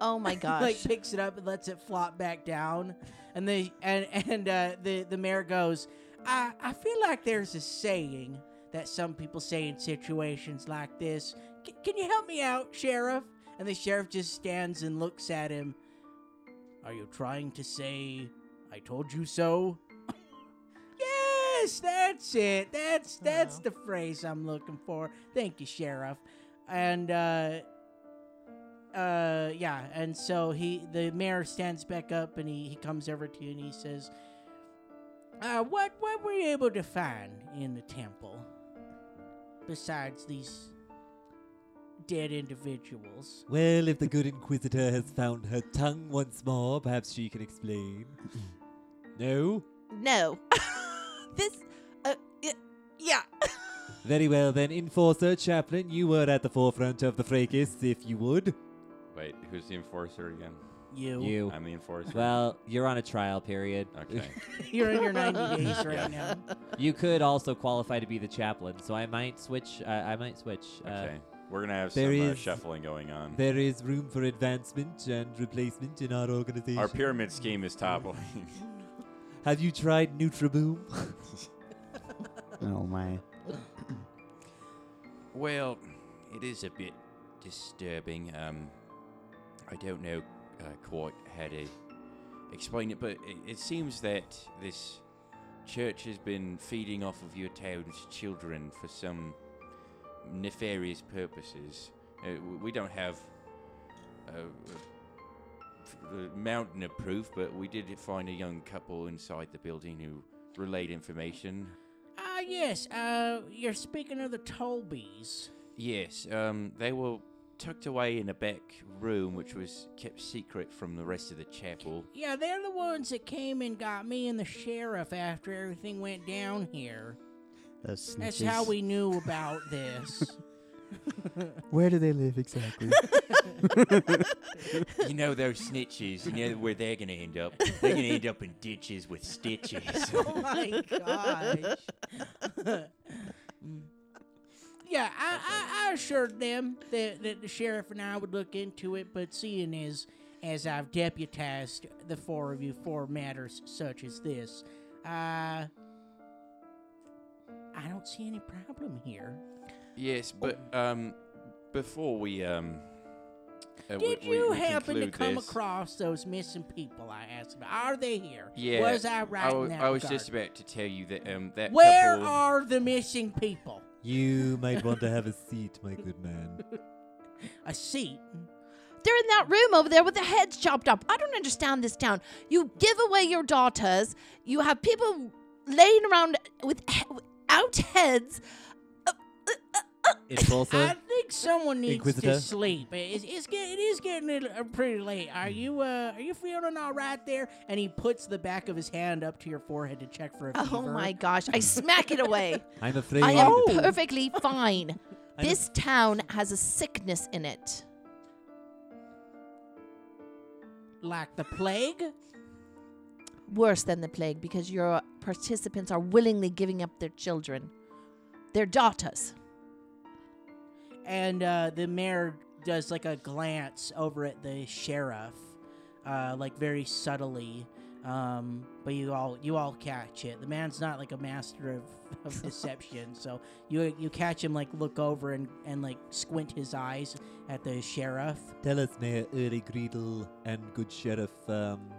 Speaker 2: Oh my gosh.
Speaker 1: like picks it up and lets it flop back down, and the and and uh, the the mayor goes, I I feel like there's a saying that some people say in situations like this. C- can you help me out, sheriff? And the sheriff just stands and looks at him. Are you trying to say I told you so? yes, that's it. That's that's
Speaker 2: Wow.
Speaker 1: the phrase I'm looking for. Thank you, sheriff. And uh uh yeah and so he the mayor stands back up and he, he comes over to you and he says uh what what were you able to find in the temple besides these dead individuals
Speaker 6: Well, if the good Inquisitor has found her tongue once more, perhaps she can explain. no?
Speaker 2: no. this. Uh, y- yeah.
Speaker 6: Very well then, Enforcer Chaplain, you were at the forefront of the fracas, if you would.
Speaker 5: Wait, who's the enforcer again?
Speaker 1: you,
Speaker 4: You.
Speaker 5: I'm the enforcer.
Speaker 4: Well, you're on a trial period.
Speaker 5: okay.
Speaker 1: you. are in your 90 days right now
Speaker 4: You could also qualify to be the chaplain, so I might switch. Uh, I might switch. Uh,
Speaker 5: Okay. We're gonna have
Speaker 6: there
Speaker 5: some uh,
Speaker 6: is-
Speaker 5: shuffling going on.
Speaker 6: There is room for advancement and replacement in our organization.
Speaker 5: Our pyramid scheme is toppling.
Speaker 6: Have you tried Nutriboom?
Speaker 3: Oh my.
Speaker 5: Well, it is a bit disturbing. Um, I don't know uh, quite how to explain it, but it, it seems that this church has been feeding off of your town's children for some nefarious purposes. Uh, w- we don't have uh, f- uh, mountain of proof, but we did find a young couple inside the building who relayed information.
Speaker 1: ah yes uh you're speaking of the tolbies
Speaker 5: Yes, um, they were tucked away in a back room, which was kept secret from the rest of the chapel.
Speaker 1: yeah they're the ones that came and got me and the sheriff after everything went down here
Speaker 3: Those
Speaker 1: that's
Speaker 3: snitches.
Speaker 1: how we knew about this
Speaker 3: Where do they live exactly?
Speaker 5: you know those snitches. You know where they're gonna end up. They're gonna end up in ditches with stitches.
Speaker 1: oh my gosh. yeah, I, I, I assured them that, that the sheriff and I would look into it, but seeing as as I've deputized the four of you for matters such as this, uh, I don't see any problem here.
Speaker 5: yes, but um, before we um, uh, we-
Speaker 1: Did
Speaker 5: we-
Speaker 1: you
Speaker 5: we
Speaker 1: happen to
Speaker 5: conclude
Speaker 1: come
Speaker 5: this-
Speaker 1: across those missing people? I asked. About. Are they here?
Speaker 5: Yeah,
Speaker 1: Was I right?
Speaker 5: I wa-
Speaker 1: in that
Speaker 5: I was
Speaker 1: regard?
Speaker 5: just about to tell you that um, that
Speaker 1: Where
Speaker 5: couple.
Speaker 1: are the missing people?
Speaker 6: You might want to have a seat, my good man.
Speaker 1: A seat.
Speaker 2: They're in that room over there with their heads chopped up. I don't understand this town. You give away your daughters. You have people laying around with he- out heads.
Speaker 1: I
Speaker 4: Enforcer.
Speaker 1: think someone needs
Speaker 6: Inquisitor?
Speaker 1: to sleep. It's, it's get, it is getting a little- uh, pretty late. Are you uh, are you feeling all right there? And he puts the back of his hand up to your forehead to check for a fever.
Speaker 2: Oh my gosh! I smack it away.
Speaker 6: I'm afraid.
Speaker 2: I am
Speaker 1: Oh.
Speaker 2: perfectly fine.
Speaker 6: I'm-
Speaker 2: this town has a sickness in it.
Speaker 1: Like the plague?
Speaker 2: Worse than the plague because your participants are willingly giving up their children, their daughters.
Speaker 1: And uh, the mayor does like a glance over at the sheriff, uh, like very subtly. Um, but you all you all catch it. The man's not like a master of, of deception, so you you catch him like look over and, and like squint his eyes at the sheriff.
Speaker 6: Tell us, Mayor Uri Greedle and good Sheriff. Um,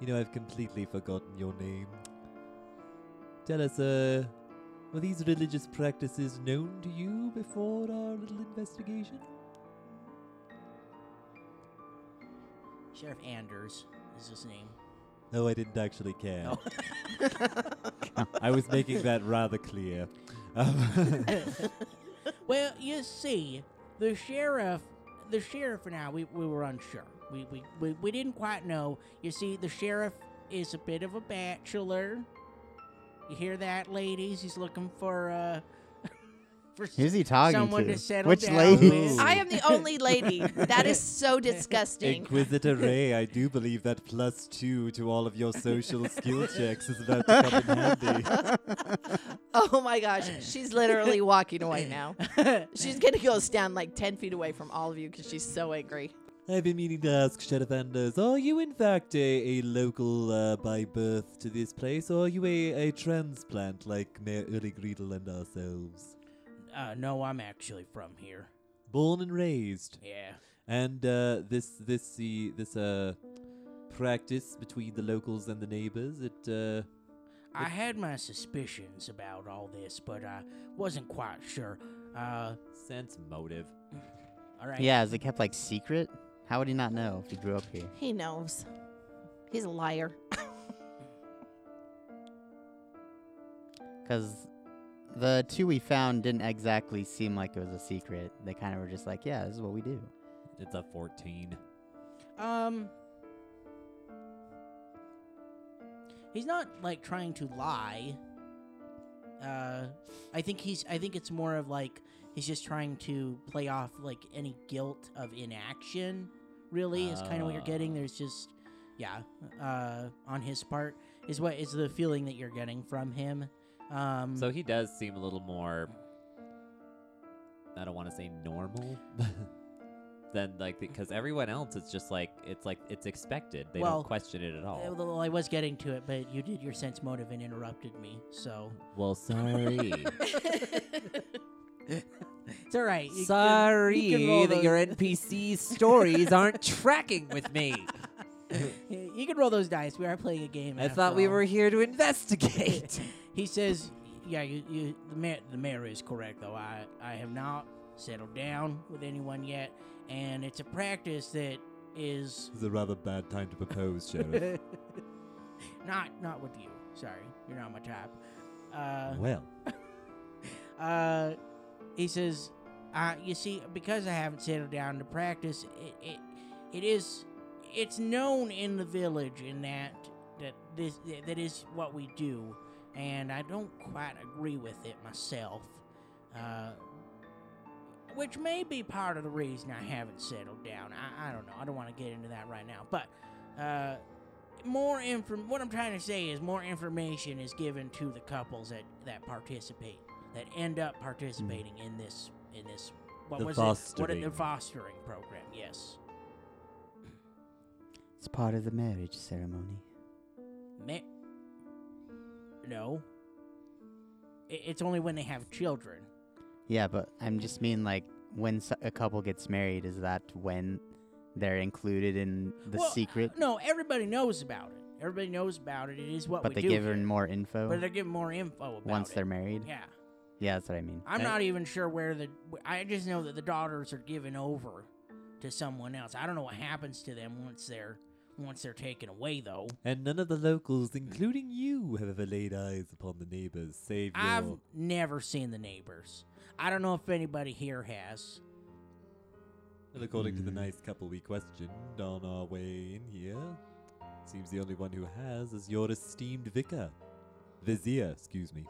Speaker 6: you know, I've completely forgotten your name. Tell us, uh, were these religious practices known to you before our little investigation?
Speaker 1: Sheriff Anders is his name.
Speaker 6: No, I didn't actually care.
Speaker 1: Oh.
Speaker 6: I was making that rather clear. Um,
Speaker 1: Well, you see, the sheriff, the sheriff and I, we, we were unsure. We, we, we, we didn't quite know. You see, the sheriff is a bit of a bachelor. You hear that, ladies? He's looking for, uh, for s-
Speaker 3: Who's he talking
Speaker 1: someone
Speaker 3: to?
Speaker 1: to, settle
Speaker 3: Which
Speaker 1: down
Speaker 3: lady?
Speaker 1: with.
Speaker 2: I am the only lady. That is so disgusting.
Speaker 6: Inquisitor Ray, I do believe that plus two to all of your social skill checks is about to come in handy.
Speaker 2: Oh my gosh, she's literally walking away now. She's gonna go stand like ten feet away from all of you because she's so angry.
Speaker 6: I've been meaning to ask Sheriff Anders, are you in fact a, a local uh, by birth to this place, or are you a, a transplant like Mayor Uri Greedle and ourselves?
Speaker 1: Uh, no, I'm actually from here.
Speaker 6: Born and raised.
Speaker 1: Yeah.
Speaker 6: And uh, this this the this uh practice between the locals and the neighbors, it uh
Speaker 1: I had my suspicions about all this, but I wasn't quite sure. Uh,
Speaker 4: Sense motive.
Speaker 1: all
Speaker 6: Oh.
Speaker 1: right.
Speaker 3: Yeah, is it kept like secret? How would he not know if he grew up here?
Speaker 2: He knows. He's a liar.
Speaker 3: Because the two we found didn't exactly seem like it was a secret. They kind of were just like, yeah, this is what we do.
Speaker 4: It's a 14.
Speaker 1: Um. He's not like trying to lie. Uh, I think he's. I think it's more of like he's just trying to play off like any guilt of inaction. Really, is kind of what you're getting. There's just, yeah, uh, on his part is what is the feeling that you're getting from him. Um,
Speaker 4: So he does seem a little more. I don't want to say normal, than like because everyone else is just like it's like it's expected. They
Speaker 1: Well,
Speaker 4: don't question it at
Speaker 1: Uh,
Speaker 4: all.
Speaker 1: Well, I was getting to it, but you did your sense motive and interrupted me. So
Speaker 4: Well, sorry,
Speaker 1: it's all right. You can-
Speaker 4: sorry
Speaker 1: roll
Speaker 4: that
Speaker 1: those-
Speaker 4: your NPC stories aren't tracking with me.
Speaker 1: you can roll those dice. We are playing a game.
Speaker 4: I
Speaker 1: after
Speaker 4: thought we
Speaker 1: all.
Speaker 4: were here to investigate.
Speaker 1: He says, "Yeah, you, you the mayor, the mayor is correct though. I I have not settled down with anyone yet, and it's a practice that is
Speaker 6: is a rather bad time to propose, Sheriff.
Speaker 1: not not with you. Sorry, you're not my type." Uh,
Speaker 6: well,
Speaker 1: uh, he says, uh, "You see, because I haven't settled down to practice, it, it it is it's known in the village in that that this that is what we do, and I don't quite agree with it myself, uh, which may be part of the reason I haven't settled down. I, I don't know. I don't want to get into that right now, but." Uh, more inform. What I'm trying to say is more information is given to the couples that that participate, that end up participating in this in this. What
Speaker 6: Mm. The
Speaker 1: was it? What
Speaker 6: fostering.
Speaker 1: the fostering program? Yes.
Speaker 3: It's part of the marriage ceremony.
Speaker 1: Ma- no. I- It's only when they have children.
Speaker 3: Yeah, but I'm just mean like when so- a couple gets married, is that when they're included in the
Speaker 1: Well,
Speaker 3: secret?
Speaker 1: No, everybody knows about it. Everybody knows about it. It is what
Speaker 3: but
Speaker 1: we
Speaker 3: they
Speaker 1: do.
Speaker 3: give her
Speaker 1: here.
Speaker 3: more info
Speaker 1: but they're given more info about
Speaker 3: once
Speaker 1: it.
Speaker 3: they're married.
Speaker 1: Yeah,
Speaker 3: Yeah, that's what I mean.
Speaker 1: I'm
Speaker 4: And-
Speaker 1: not even sure where the. I just know that the daughters are given over to someone else. I don't know what happens to them once they're once they're taken away though.
Speaker 6: and none of the locals,
Speaker 1: Mm.
Speaker 6: including you, have ever laid eyes upon the neighbors, save
Speaker 1: I've
Speaker 6: your
Speaker 1: never seen the neighbors. I don't know if anybody here has.
Speaker 6: And according to the
Speaker 1: Mm.
Speaker 3: Hmm.
Speaker 6: nice couple we questioned on our way in here, seems the only one who has is your esteemed vicar. Vizier, excuse me.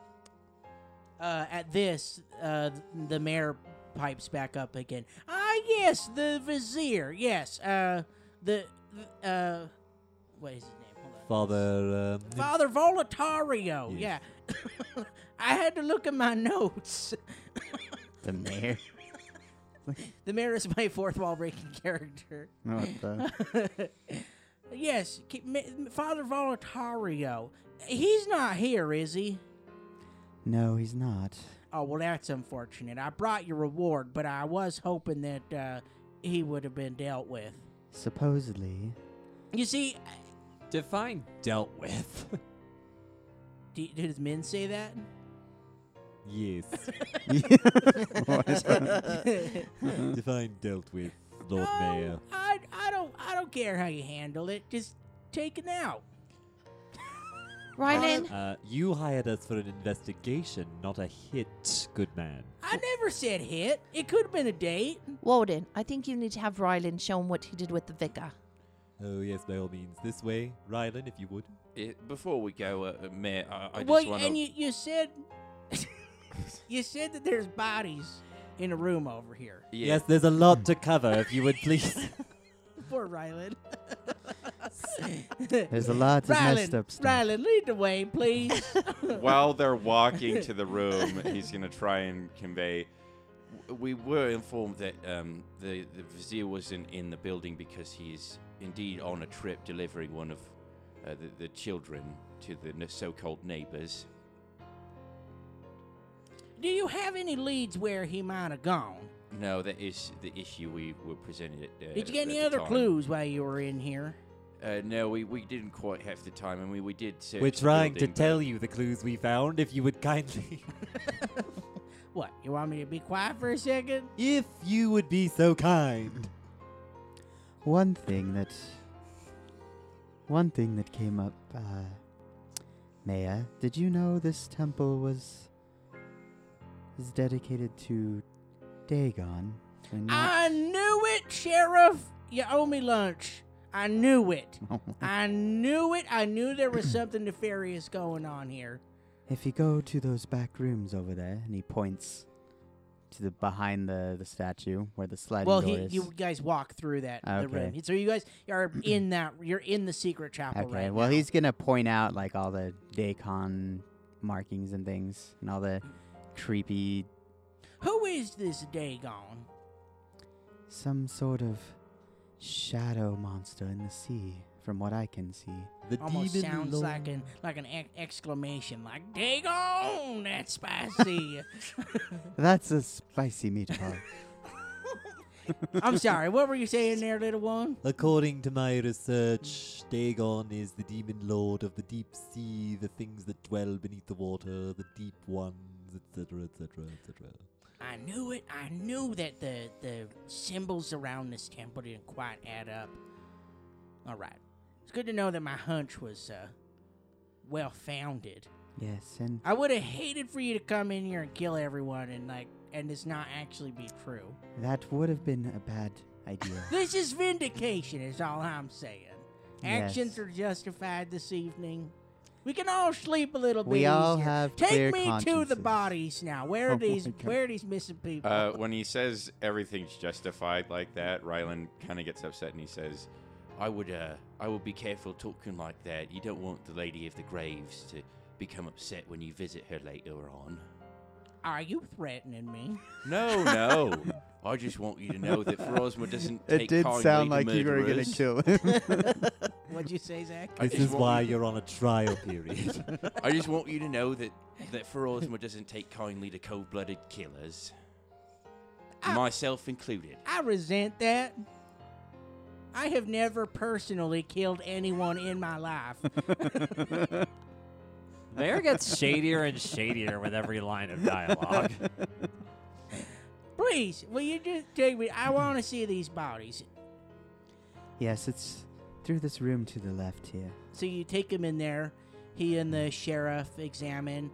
Speaker 1: Uh, at this, uh, the mayor pipes back up again. Ah, yes, the vizier. Yes, uh, the the, uh, what is his name? Hold on.
Speaker 6: Father, um,
Speaker 1: Father Volatario.
Speaker 6: Yes.
Speaker 1: Yeah, I had to look at my notes.
Speaker 3: The mayor.
Speaker 1: The mayor is my fourth wall breaking character.
Speaker 3: what the?
Speaker 1: yes, ki- ma- Father Volatario. He's not here, is he?
Speaker 3: No, he's not.
Speaker 1: Oh well, that's unfortunate. I brought your reward, but I was hoping that uh, he would have been dealt with.
Speaker 3: Supposedly.
Speaker 1: You see,
Speaker 4: Define dealt with.
Speaker 1: do, does men say that?
Speaker 6: yes, define dealt with, Lord
Speaker 5: Oh,
Speaker 1: no,
Speaker 6: Mayor.
Speaker 1: Oh, I, I don't I don't care how you handle it. Just take it out.
Speaker 2: Rylan,
Speaker 6: Uh, you hired us for an investigation, not a hit, good man.
Speaker 1: I never said hit. It could have been a date.
Speaker 2: Warden, I think you need to have Rylan shown what he did with the vicar.
Speaker 6: Oh, yes, by all means. This way, Rylan, if you would.
Speaker 5: It, before we go, uh, Mayor, I, I
Speaker 1: well,
Speaker 5: just want
Speaker 1: and
Speaker 5: to.
Speaker 1: you, you said you said that there's bodies in a room over here.
Speaker 6: Yes, there's a lot to cover, if you would please.
Speaker 1: Poor Rylan.
Speaker 3: There's a lot of messed
Speaker 1: Rylan,
Speaker 3: up stuff.
Speaker 1: Rylan, lead the way, please.
Speaker 5: While they're walking to the room, he's going to try and convey w- we were informed that um, the the vizier wasn't in the building because he's indeed on a trip delivering one of uh, the, the children to the n- so-called neighbors.
Speaker 1: Do you have any leads where he might have gone?
Speaker 5: No, that is the issue we were presented. At, uh,
Speaker 1: Did you get
Speaker 5: at
Speaker 1: any
Speaker 5: the
Speaker 1: other
Speaker 5: time.
Speaker 1: clues while you were in here?
Speaker 5: Uh, no, we, we didn't quite have the time, and we, we did. Search
Speaker 6: We're
Speaker 5: the
Speaker 6: trying to
Speaker 5: building, but-
Speaker 6: tell you the clues we found, if you would kindly.
Speaker 1: What? You want me to be quiet for a second?
Speaker 6: if you would be so kind.
Speaker 3: One thing that. One thing that came up, uh. Maya, did you know this temple was. is dedicated to Dagon? and not-
Speaker 1: I knew it, Sheriff. You owe me lunch. I knew it.
Speaker 3: Mm.
Speaker 1: I knew it. I knew there was something nefarious going on here.
Speaker 3: if you go to those back rooms over there, and he points to the behind the, the statue where the sliding
Speaker 1: Well,
Speaker 3: door
Speaker 1: he,
Speaker 3: is.
Speaker 1: you guys walk through that the
Speaker 3: Okay.
Speaker 1: room. So you guys are in that. You're in the secret chapel
Speaker 3: okay,
Speaker 1: right
Speaker 3: well,
Speaker 1: now.
Speaker 3: he's gonna point out like all the Dagon markings and things, and all the creepy
Speaker 1: Who is this Dagon?
Speaker 3: some sort of shadow monster in the sea, from what I can see.
Speaker 6: The
Speaker 1: Almost
Speaker 6: demon
Speaker 1: sounds
Speaker 6: lord.
Speaker 1: like an like an ex- exclamation, like Dagon. That's spicy.
Speaker 3: That's a spicy meatball.
Speaker 1: I'm sorry. What were you saying there, little one?
Speaker 6: According to my research, Dagon is the demon lord of the deep sea, the things that dwell beneath the water, the deep ones, etc., etc., etc.
Speaker 1: I knew it. I knew that the the symbols around this temple didn't quite add up. All right. It's good to know that my hunch was uh, well founded.
Speaker 3: yes, and
Speaker 1: I would have hated for you to come in here and kill everyone and like and it's not actually be true.
Speaker 3: that would have been a bad idea.
Speaker 1: This is vindication is all I'm saying. Actions
Speaker 3: Yes.
Speaker 1: are justified this evening. We can all sleep a little bit.
Speaker 3: We all
Speaker 1: easier.
Speaker 3: have
Speaker 1: Take
Speaker 3: clear
Speaker 1: me to the
Speaker 3: consciences.
Speaker 1: bodies now. Where are
Speaker 3: Oh my
Speaker 1: these
Speaker 3: God.
Speaker 1: where are these missing people?
Speaker 5: Uh, when he says everything's justified like that, Rylan kind of gets upset and he says, "I would, uh, I would be careful talking like that. You don't want the lady of the graves to become upset when you visit her later on."
Speaker 1: are you threatening me?
Speaker 5: No, no. I just want you to know that Frosma doesn't take kindly to murderers.
Speaker 3: him.
Speaker 1: What'd you say, Zach?
Speaker 5: I
Speaker 6: This
Speaker 5: just
Speaker 6: is
Speaker 5: want
Speaker 6: why
Speaker 5: you-
Speaker 6: you're on a trial period.
Speaker 5: I just want you to know that that Frosma doesn't take kindly to cold-blooded killers,
Speaker 1: Ah.
Speaker 5: myself included.
Speaker 1: I resent that. I have never personally killed anyone in my life.
Speaker 4: Mayor gets shadier and shadier with every line of dialogue.
Speaker 1: Please, will you just take me? I want to see these bodies.
Speaker 3: yes, it's through this room to the left here.
Speaker 1: So you take him in there. He and the sheriff examine.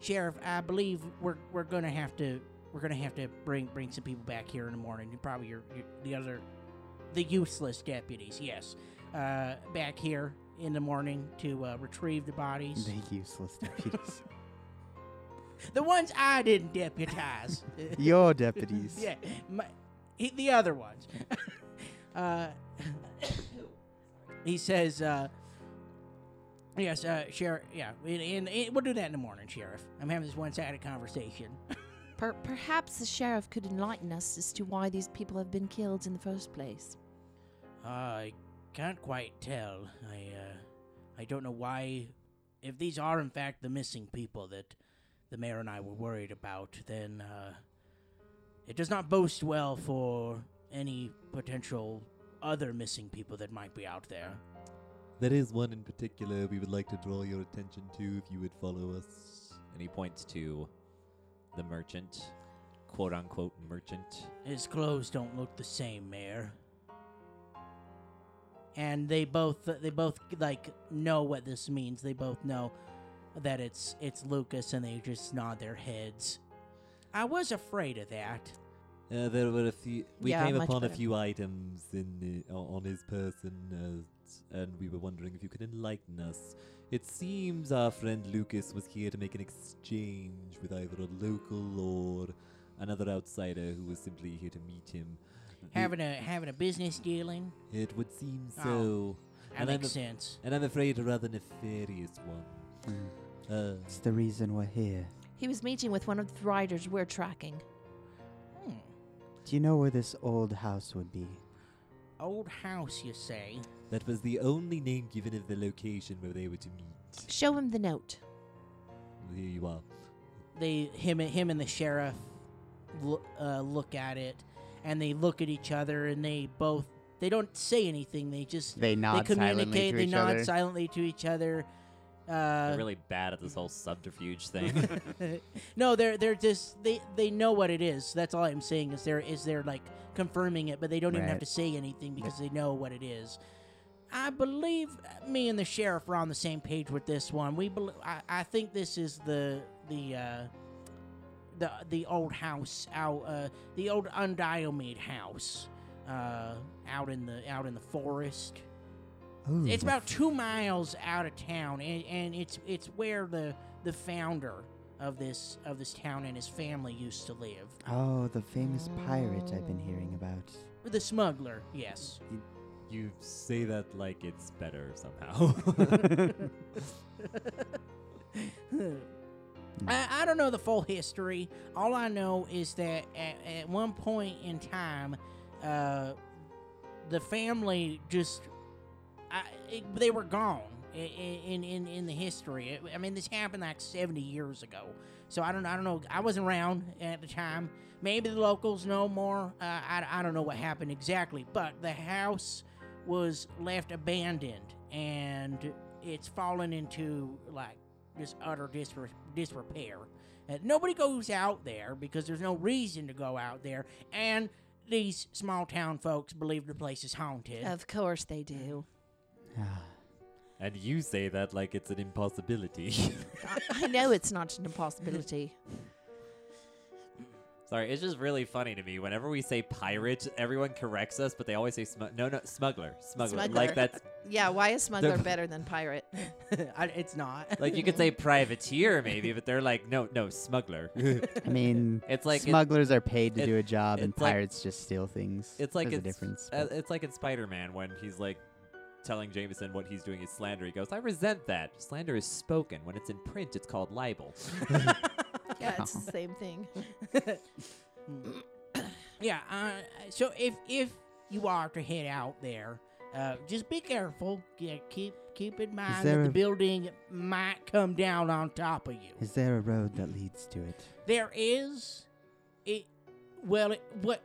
Speaker 1: Sheriff, I believe we're we're gonna have to we're gonna have to bring bring some people back here in the morning. And probably your, your the other the useless deputies, yes, uh, back here in the morning to uh, retrieve the bodies.
Speaker 3: The useless deputies.
Speaker 1: the ones I didn't deputize.
Speaker 3: Your deputies.
Speaker 1: yeah, my, he, the other ones. uh, he says, uh, "Yes, uh, sheriff. Yeah, and, and, and we'll do that in the morning, sheriff. I'm having this one-sided conversation.
Speaker 2: Per- perhaps the sheriff could enlighten us as to why these people have been killed in the first place.
Speaker 1: Uh, I can't quite tell. I, uh, I don't know why. If these are in fact the missing people that the mayor and I were worried about, then uh, it does not boast well for any potential other missing people that might be out there."
Speaker 6: there is one in particular we would like to draw your attention to if you would follow us.
Speaker 4: and he points to the merchant, quote unquote merchant.
Speaker 1: His clothes don't look the same, Mayor. And they both they both like know what this means. They both know that it's it's Lucas and they just nod their heads. I was afraid of that.
Speaker 6: Uh, there were a few. We
Speaker 2: Yeah,
Speaker 6: came
Speaker 2: much
Speaker 6: upon a
Speaker 2: better.
Speaker 6: few items in the, o- on his person, uh, and we were wondering if you could enlighten us. It seems our friend Lucas was here to make an exchange with either a local or another outsider who was simply here to meet him. The-
Speaker 1: Having a having a business dealing,
Speaker 6: it would seem so,
Speaker 1: Oh, that
Speaker 6: And I'm
Speaker 1: makes
Speaker 6: a-
Speaker 1: sense.
Speaker 6: and I'm afraid a rather nefarious one.
Speaker 3: Mm.
Speaker 6: Uh,
Speaker 3: It's the reason we're here.
Speaker 2: He was meeting with one of the riders we're tracking.
Speaker 1: Hmm.
Speaker 3: Do you know where this old house would be?
Speaker 1: Old house, you say?
Speaker 6: That was the only name given of the location where they were to meet.
Speaker 2: Show him the note.
Speaker 6: Well, Here you are.
Speaker 1: They him and him and the sheriff lo- uh, look at it, and they look at each other, and they both they don't say anything. They just
Speaker 3: They nod
Speaker 1: they communicate.
Speaker 3: silently to
Speaker 1: they
Speaker 3: each
Speaker 1: nod
Speaker 3: other.
Speaker 1: silently to each other. Uh,
Speaker 4: They're really bad at this whole subterfuge thing.
Speaker 1: no, they're they're just they they know what it is. That's all I'm saying is they're is they're like confirming it, but they don't even have
Speaker 3: Right.
Speaker 1: to say anything because they know what it is. I believe me and the sheriff are on the same page with this one. We bel I, I think this is the the uh, the the old house out uh, the old Undiomede house uh, out in the out in the forest.
Speaker 3: Ooh,
Speaker 1: It's
Speaker 3: the
Speaker 1: about two miles out of town, and, and it's it's where the the founder of this of this town and his family used to live.
Speaker 3: Oh, the famous pirate I've been hearing about.
Speaker 1: The smuggler, yes.
Speaker 6: You
Speaker 4: Say that like it's better somehow.
Speaker 1: I, I don't know the full history. All I know is that at, at one point in time, uh, the family just I, it, they were gone i- i- in, in in the history. It, I mean, this happened like seventy years ago, so I don't I don't know. I wasn't around at the time. Maybe the locals know more. Uh, I I don't know what happened exactly, but the house was left abandoned and it's fallen into like just utter disre- disrepair. And nobody goes out there because there's no reason to go out there, and these small town folks believe the place is haunted.
Speaker 2: Of course they do.
Speaker 3: Ah,
Speaker 4: and you say that like it's an impossibility.
Speaker 2: I know it's not an impossibility.
Speaker 4: Sorry, it's just really funny to me. Whenever we say pirate, everyone corrects us, but they always say smug. No, no, smuggler, smuggler.
Speaker 2: Smuggler.
Speaker 4: Like that's
Speaker 2: Yeah, why is smuggler
Speaker 4: They're-
Speaker 2: better than pirate?
Speaker 1: I, it's not.
Speaker 4: like you could say privateer maybe, but they're like no, no, smuggler.
Speaker 3: I mean,
Speaker 4: It's like it-
Speaker 3: smugglers are paid to
Speaker 4: it-
Speaker 3: do a job, and
Speaker 4: it's like-
Speaker 3: pirates just steal things.
Speaker 4: It's like
Speaker 3: There's
Speaker 4: it's
Speaker 3: a difference.
Speaker 4: uh,
Speaker 3: but-
Speaker 4: it's like in Spider-Man when he's like telling Jameson what he's doing is slander. He goes, "I resent that. Slander is spoken. When it's in print, it's called libel."
Speaker 2: Yeah, it's the same thing.
Speaker 1: Yeah. Uh, so if if you are to head out there, uh, just be careful. Yeah, keep keep in mind that
Speaker 3: there
Speaker 1: the
Speaker 3: a-
Speaker 1: building might come down on top of you.
Speaker 3: Is there a road that leads to it?
Speaker 1: There is, it. Well, it, what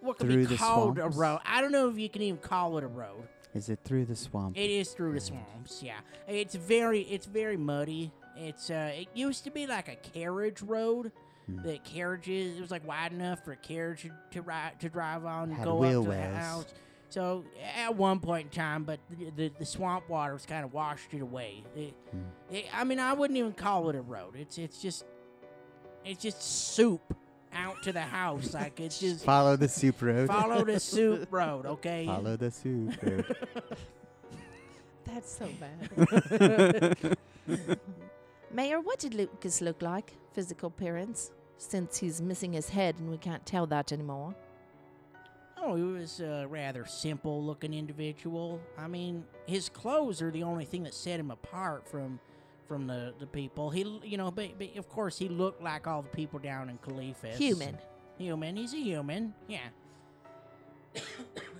Speaker 1: what could be
Speaker 3: Through the
Speaker 1: called a
Speaker 3: swamps?
Speaker 1: road? I don't know if you can even call it a road.
Speaker 3: Is it through the swamp?
Speaker 1: It is through the swamps. Yeah, it's very it's very muddy. It's uh, it used to be like a carriage road.
Speaker 3: Hmm.
Speaker 1: That carriages it was like wide enough for a carriage to ride to drive on and
Speaker 3: Had
Speaker 1: go
Speaker 3: wheel
Speaker 1: up to the
Speaker 3: wells.
Speaker 1: house. So at one point in time, but the the, the swamp water was kind of washed it away. It,
Speaker 3: Hmm.
Speaker 1: it, I mean, I wouldn't even call it a road. It's it's just it's just soup out to the house. Like it's just
Speaker 3: Follow the soup road.
Speaker 1: follow the soup road. Okay,
Speaker 3: Follow the soup road.
Speaker 2: That's so bad. Mayor, what did Lucas look like? Physical appearance? Since he's missing his head and we can't tell that anymore.
Speaker 1: Oh, he was a rather simple looking individual. I mean, his clothes are the only thing that set him apart from from the, the people. He, l- you know, but, but of course he looked like all the people down in Caliphus.
Speaker 2: Human.
Speaker 1: Human. He's a human. Yeah.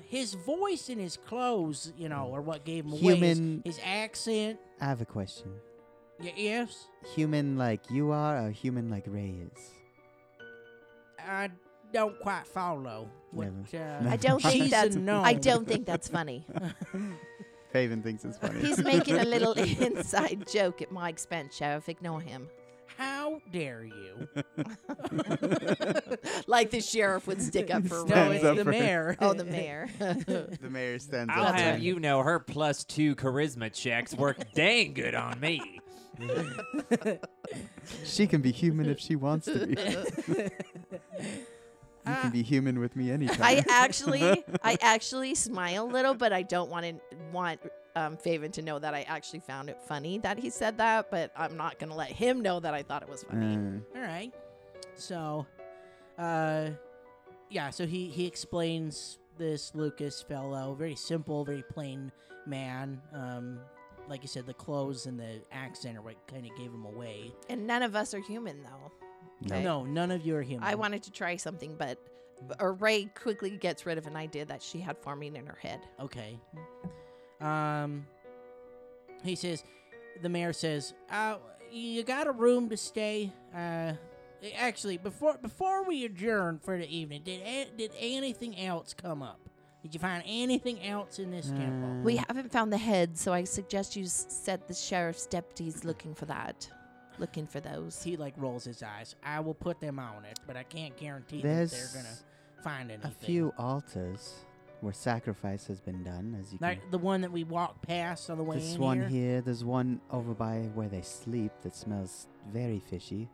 Speaker 1: his voice and his clothes, you know, are what gave him away. His-
Speaker 3: Human-
Speaker 1: His, accent.
Speaker 3: I have a question.
Speaker 1: Y- yes.
Speaker 3: Human like you are, or human like Ray is?
Speaker 1: I don't quite follow. What, uh,
Speaker 2: I don't think
Speaker 1: she's
Speaker 2: that's
Speaker 1: a gnome.
Speaker 2: I don't think that's funny.
Speaker 3: Faven thinks it's funny.
Speaker 2: He's making a little inside joke at my expense, Sheriff. Ignore him.
Speaker 1: How dare you?
Speaker 2: Like the sheriff would stick up
Speaker 1: No,
Speaker 2: for Ray.
Speaker 3: Stands
Speaker 1: it's
Speaker 3: up
Speaker 1: the
Speaker 3: for-
Speaker 1: mayor.
Speaker 2: Oh, the mayor.
Speaker 3: the mayor stands
Speaker 4: I'll
Speaker 2: That's
Speaker 4: have
Speaker 2: right.
Speaker 4: you know her plus two charisma checks work dang good on me.
Speaker 3: She can be human if she wants to be. you
Speaker 1: Ah.
Speaker 3: can be human with me anytime.
Speaker 2: I actually, I actually smile a little, but I don't want to want um, Faven to know that I actually found it funny that he said that. But I'm not gonna let him know that I thought it was funny.
Speaker 3: Uh,
Speaker 1: All right. So, uh, yeah. So he he explains this Lucas fellow, very simple, very plain man. Um, like you said, the clothes and the accent are what kind of gave him away.
Speaker 2: And none of us are human, though. Okay.
Speaker 3: Uh,
Speaker 1: No, none of you are human.
Speaker 2: I wanted to try something, but or Ray quickly gets rid of an idea that she had farming in her head.
Speaker 1: Okay. Um, he says, the mayor says, uh, you got a room to stay? Uh, actually, before before we adjourn for the evening, did a- did anything else come up? Did you find anything else in
Speaker 3: Uh,
Speaker 1: this temple?
Speaker 2: We haven't found the head, so I suggest you s- set the sheriff's deputies looking for that, looking for those.
Speaker 1: He like rolls his eyes. I will put them on it, but I can't guarantee that
Speaker 3: There's
Speaker 1: they're gonna find
Speaker 3: a
Speaker 1: anything.
Speaker 3: few altars where sacrifice has been done, as you can.
Speaker 1: Like the one that we walked past on the way
Speaker 3: This
Speaker 1: in
Speaker 3: one
Speaker 1: here.
Speaker 3: here, there's one over by where they sleep that smells very fishy.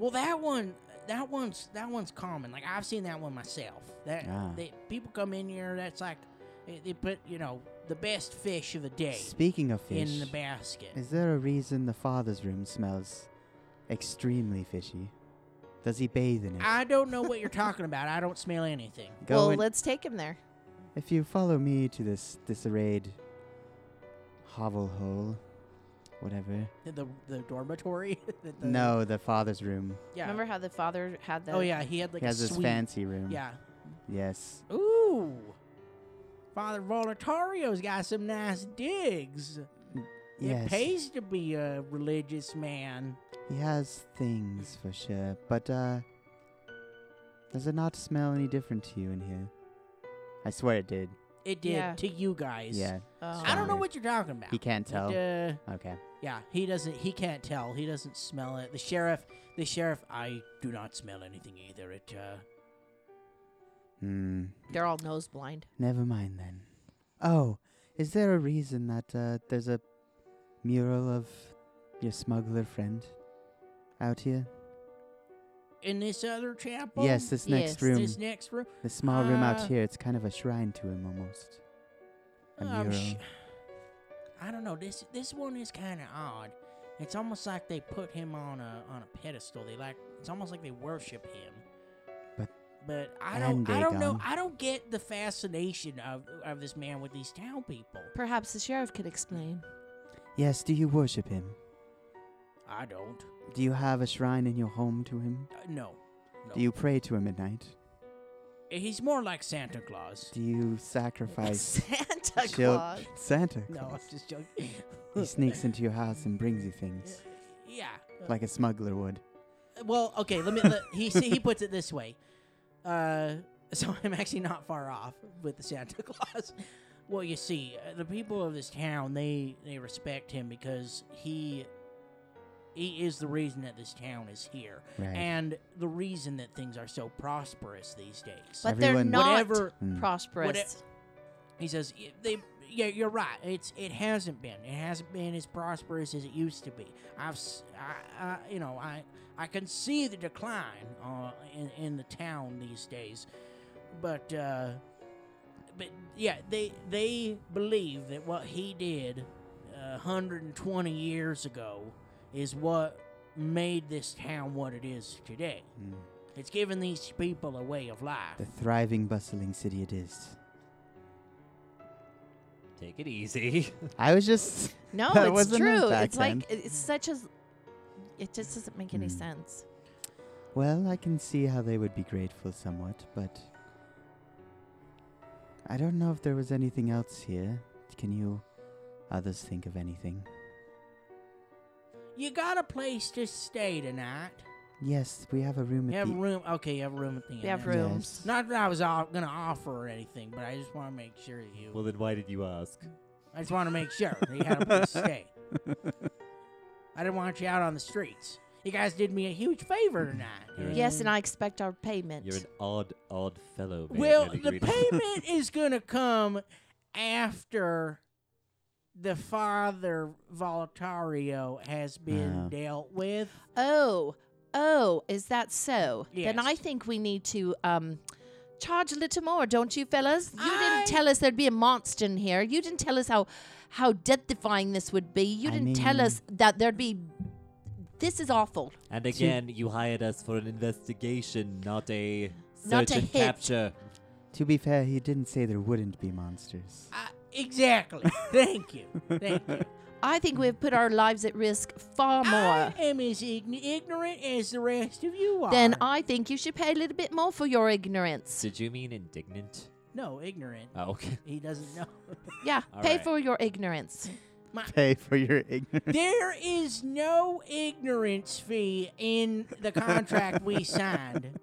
Speaker 1: Well, that one, that one's that one's common. Like I've seen that one myself. That
Speaker 3: Ah.
Speaker 1: they, people come in here. That's like they, they put you know the best fish of the day
Speaker 3: Speaking of fish,
Speaker 1: in the basket.
Speaker 3: is there a reason the father's room smells extremely fishy? Does he bathe in it?
Speaker 1: I don't know what you're talking about. I don't smell anything.
Speaker 3: Go
Speaker 2: well,
Speaker 3: in-
Speaker 2: let's take him there.
Speaker 3: If you follow me to this disarrayed hovel hole, whatever.
Speaker 1: The the dormitory. the, the-
Speaker 3: no, the father's room.
Speaker 1: Yeah.
Speaker 2: Remember how the father had the
Speaker 1: oh yeah, he had like
Speaker 3: he
Speaker 1: a
Speaker 3: has this
Speaker 1: sweet-
Speaker 3: fancy room.
Speaker 1: Yeah.
Speaker 3: Yes.
Speaker 1: Ooh. Father Volatario's got some nice digs.
Speaker 3: Yes.
Speaker 1: It pays to be a religious man.
Speaker 3: He has things for sure, but uh does it not smell any different to you in here? I swear it did.
Speaker 1: It did
Speaker 2: Yeah.
Speaker 1: to you guys.
Speaker 3: Yeah.
Speaker 2: Oh.
Speaker 1: I don't know
Speaker 3: Sorry.
Speaker 1: what you're talking about.
Speaker 3: He can't
Speaker 1: It,
Speaker 3: tell.
Speaker 1: uh,
Speaker 3: Okay.
Speaker 1: yeah, he doesn't. He can't tell. He doesn't smell it. The sheriff. The sheriff. I do not smell anything either. It. Uh,
Speaker 3: Hmm.
Speaker 2: They're all nose blind.
Speaker 3: Never mind then. Oh, is there a reason that uh, there's a mural of your smuggler friend out here?
Speaker 1: in this other chapel.
Speaker 3: yes, this
Speaker 2: Yes. Ah.
Speaker 3: next room.
Speaker 1: This next room.
Speaker 3: the small room
Speaker 1: Uh,
Speaker 3: out here, it's kind of a shrine to him almost. A
Speaker 1: Um,
Speaker 3: mural.
Speaker 1: sh- I don't know. This this one is kind of odd. It's almost like they put him on a on a pedestal. They like. It's almost like they worship him.
Speaker 3: But-
Speaker 1: But I don't.
Speaker 3: And
Speaker 1: I
Speaker 3: they
Speaker 1: don't know.
Speaker 3: don't.
Speaker 1: I don't get the fascination of of this man with these town people.
Speaker 2: Perhaps the sheriff could explain.
Speaker 3: yes, do you worship him?
Speaker 1: I don't.
Speaker 3: Do you have a shrine in your home to him?
Speaker 1: Uh, no. No.
Speaker 3: Do you pray to him at night?
Speaker 1: Eh, He's more like Santa Claus.
Speaker 3: Do you sacrifice
Speaker 2: Santa
Speaker 3: chil-
Speaker 2: Claus.
Speaker 3: Santa
Speaker 1: No, I'm
Speaker 3: Claus?
Speaker 1: just joking.
Speaker 3: He sneaks into your house and brings you things
Speaker 1: Yeah.
Speaker 3: like a smuggler would.
Speaker 1: Well, okay. Let me. Let, he see, he puts it this way. Uh, so I'm actually not far off with the Santa Claus. Well, you see, uh, the people of this town they they respect him because he he is the reason that this town is here
Speaker 3: Right.
Speaker 1: and the reason that things are so prosperous these days.
Speaker 2: But they're
Speaker 3: Everyone-
Speaker 2: not
Speaker 1: Whatever
Speaker 3: Hmm.
Speaker 2: prosperous.
Speaker 1: He says "Y- they. Yeah, you're right. It's it hasn't been. It hasn't been as prosperous as it used to be. I've, s- I, I- you know, I, I can see the decline uh, in in the town these days, but, uh, but yeah, they they believe that what he did, uh, 120 years ago, is what made this town what it is today.
Speaker 3: Mm.
Speaker 1: It's given these people a way of life.
Speaker 3: The thriving, bustling city it is.
Speaker 4: Take it easy.
Speaker 3: I was just.
Speaker 2: No,
Speaker 3: That
Speaker 2: it's
Speaker 3: wasn't meant
Speaker 2: true.
Speaker 3: back
Speaker 2: It's like
Speaker 3: then.
Speaker 2: it- it's such as it just doesn't make any
Speaker 3: Hmm.
Speaker 2: sense.
Speaker 3: Well, I can see how they would be grateful somewhat, but. I don't know if there was anything else here. Can you others think of anything?
Speaker 1: You got a place to stay tonight.
Speaker 3: Yes, we have a room
Speaker 1: You
Speaker 3: at
Speaker 1: have
Speaker 3: the.
Speaker 1: room. Okay, you have room at the end.
Speaker 2: We have
Speaker 1: that's-
Speaker 2: rooms.
Speaker 1: Not that I was all gonna offer or anything, but I just want to make sure that you.
Speaker 6: Well, then why did you ask?
Speaker 1: I just want to make sure that you had a place to stay. I didn't want you out on the streets. You guys did me a huge favor tonight.
Speaker 6: You're an-
Speaker 2: Yes, and I expect our payment.
Speaker 6: You're an odd, odd fellow. Mayor
Speaker 1: Well,
Speaker 6: Ellie
Speaker 1: the
Speaker 6: Greedle.
Speaker 1: payment is gonna come after the father Voltario has been
Speaker 3: Oh.
Speaker 1: dealt with.
Speaker 2: oh, oh, is that so? Then
Speaker 1: Yes.
Speaker 2: I think we need to um charge a little more, don't you, fellas? You
Speaker 1: I-
Speaker 2: didn't tell us there'd be a monster in here. You didn't tell us how how death defying this would be. You
Speaker 3: I
Speaker 2: didn't tell
Speaker 3: mean-
Speaker 2: us that there'd be. This is awful.
Speaker 6: And again, you hired us for an investigation, not a search
Speaker 2: Not a
Speaker 6: and
Speaker 2: hit.
Speaker 6: capture.
Speaker 3: To be fair, he didn't say there wouldn't be monsters.
Speaker 1: I, exactly. Thank you. Thank you.
Speaker 7: I think we've put our lives at risk far more.
Speaker 1: I am as ign- ignorant as the rest of you are.
Speaker 7: Then I think you should pay a little bit more for your ignorance.
Speaker 4: Did you mean indignant?
Speaker 1: No, ignorant.
Speaker 4: Oh, okay.
Speaker 1: He doesn't know.
Speaker 7: Yeah,
Speaker 4: All
Speaker 7: pay
Speaker 4: right.
Speaker 7: for your ignorance.
Speaker 3: Pay for your ignorance.
Speaker 1: there is no ignorance fee in the contract we signed.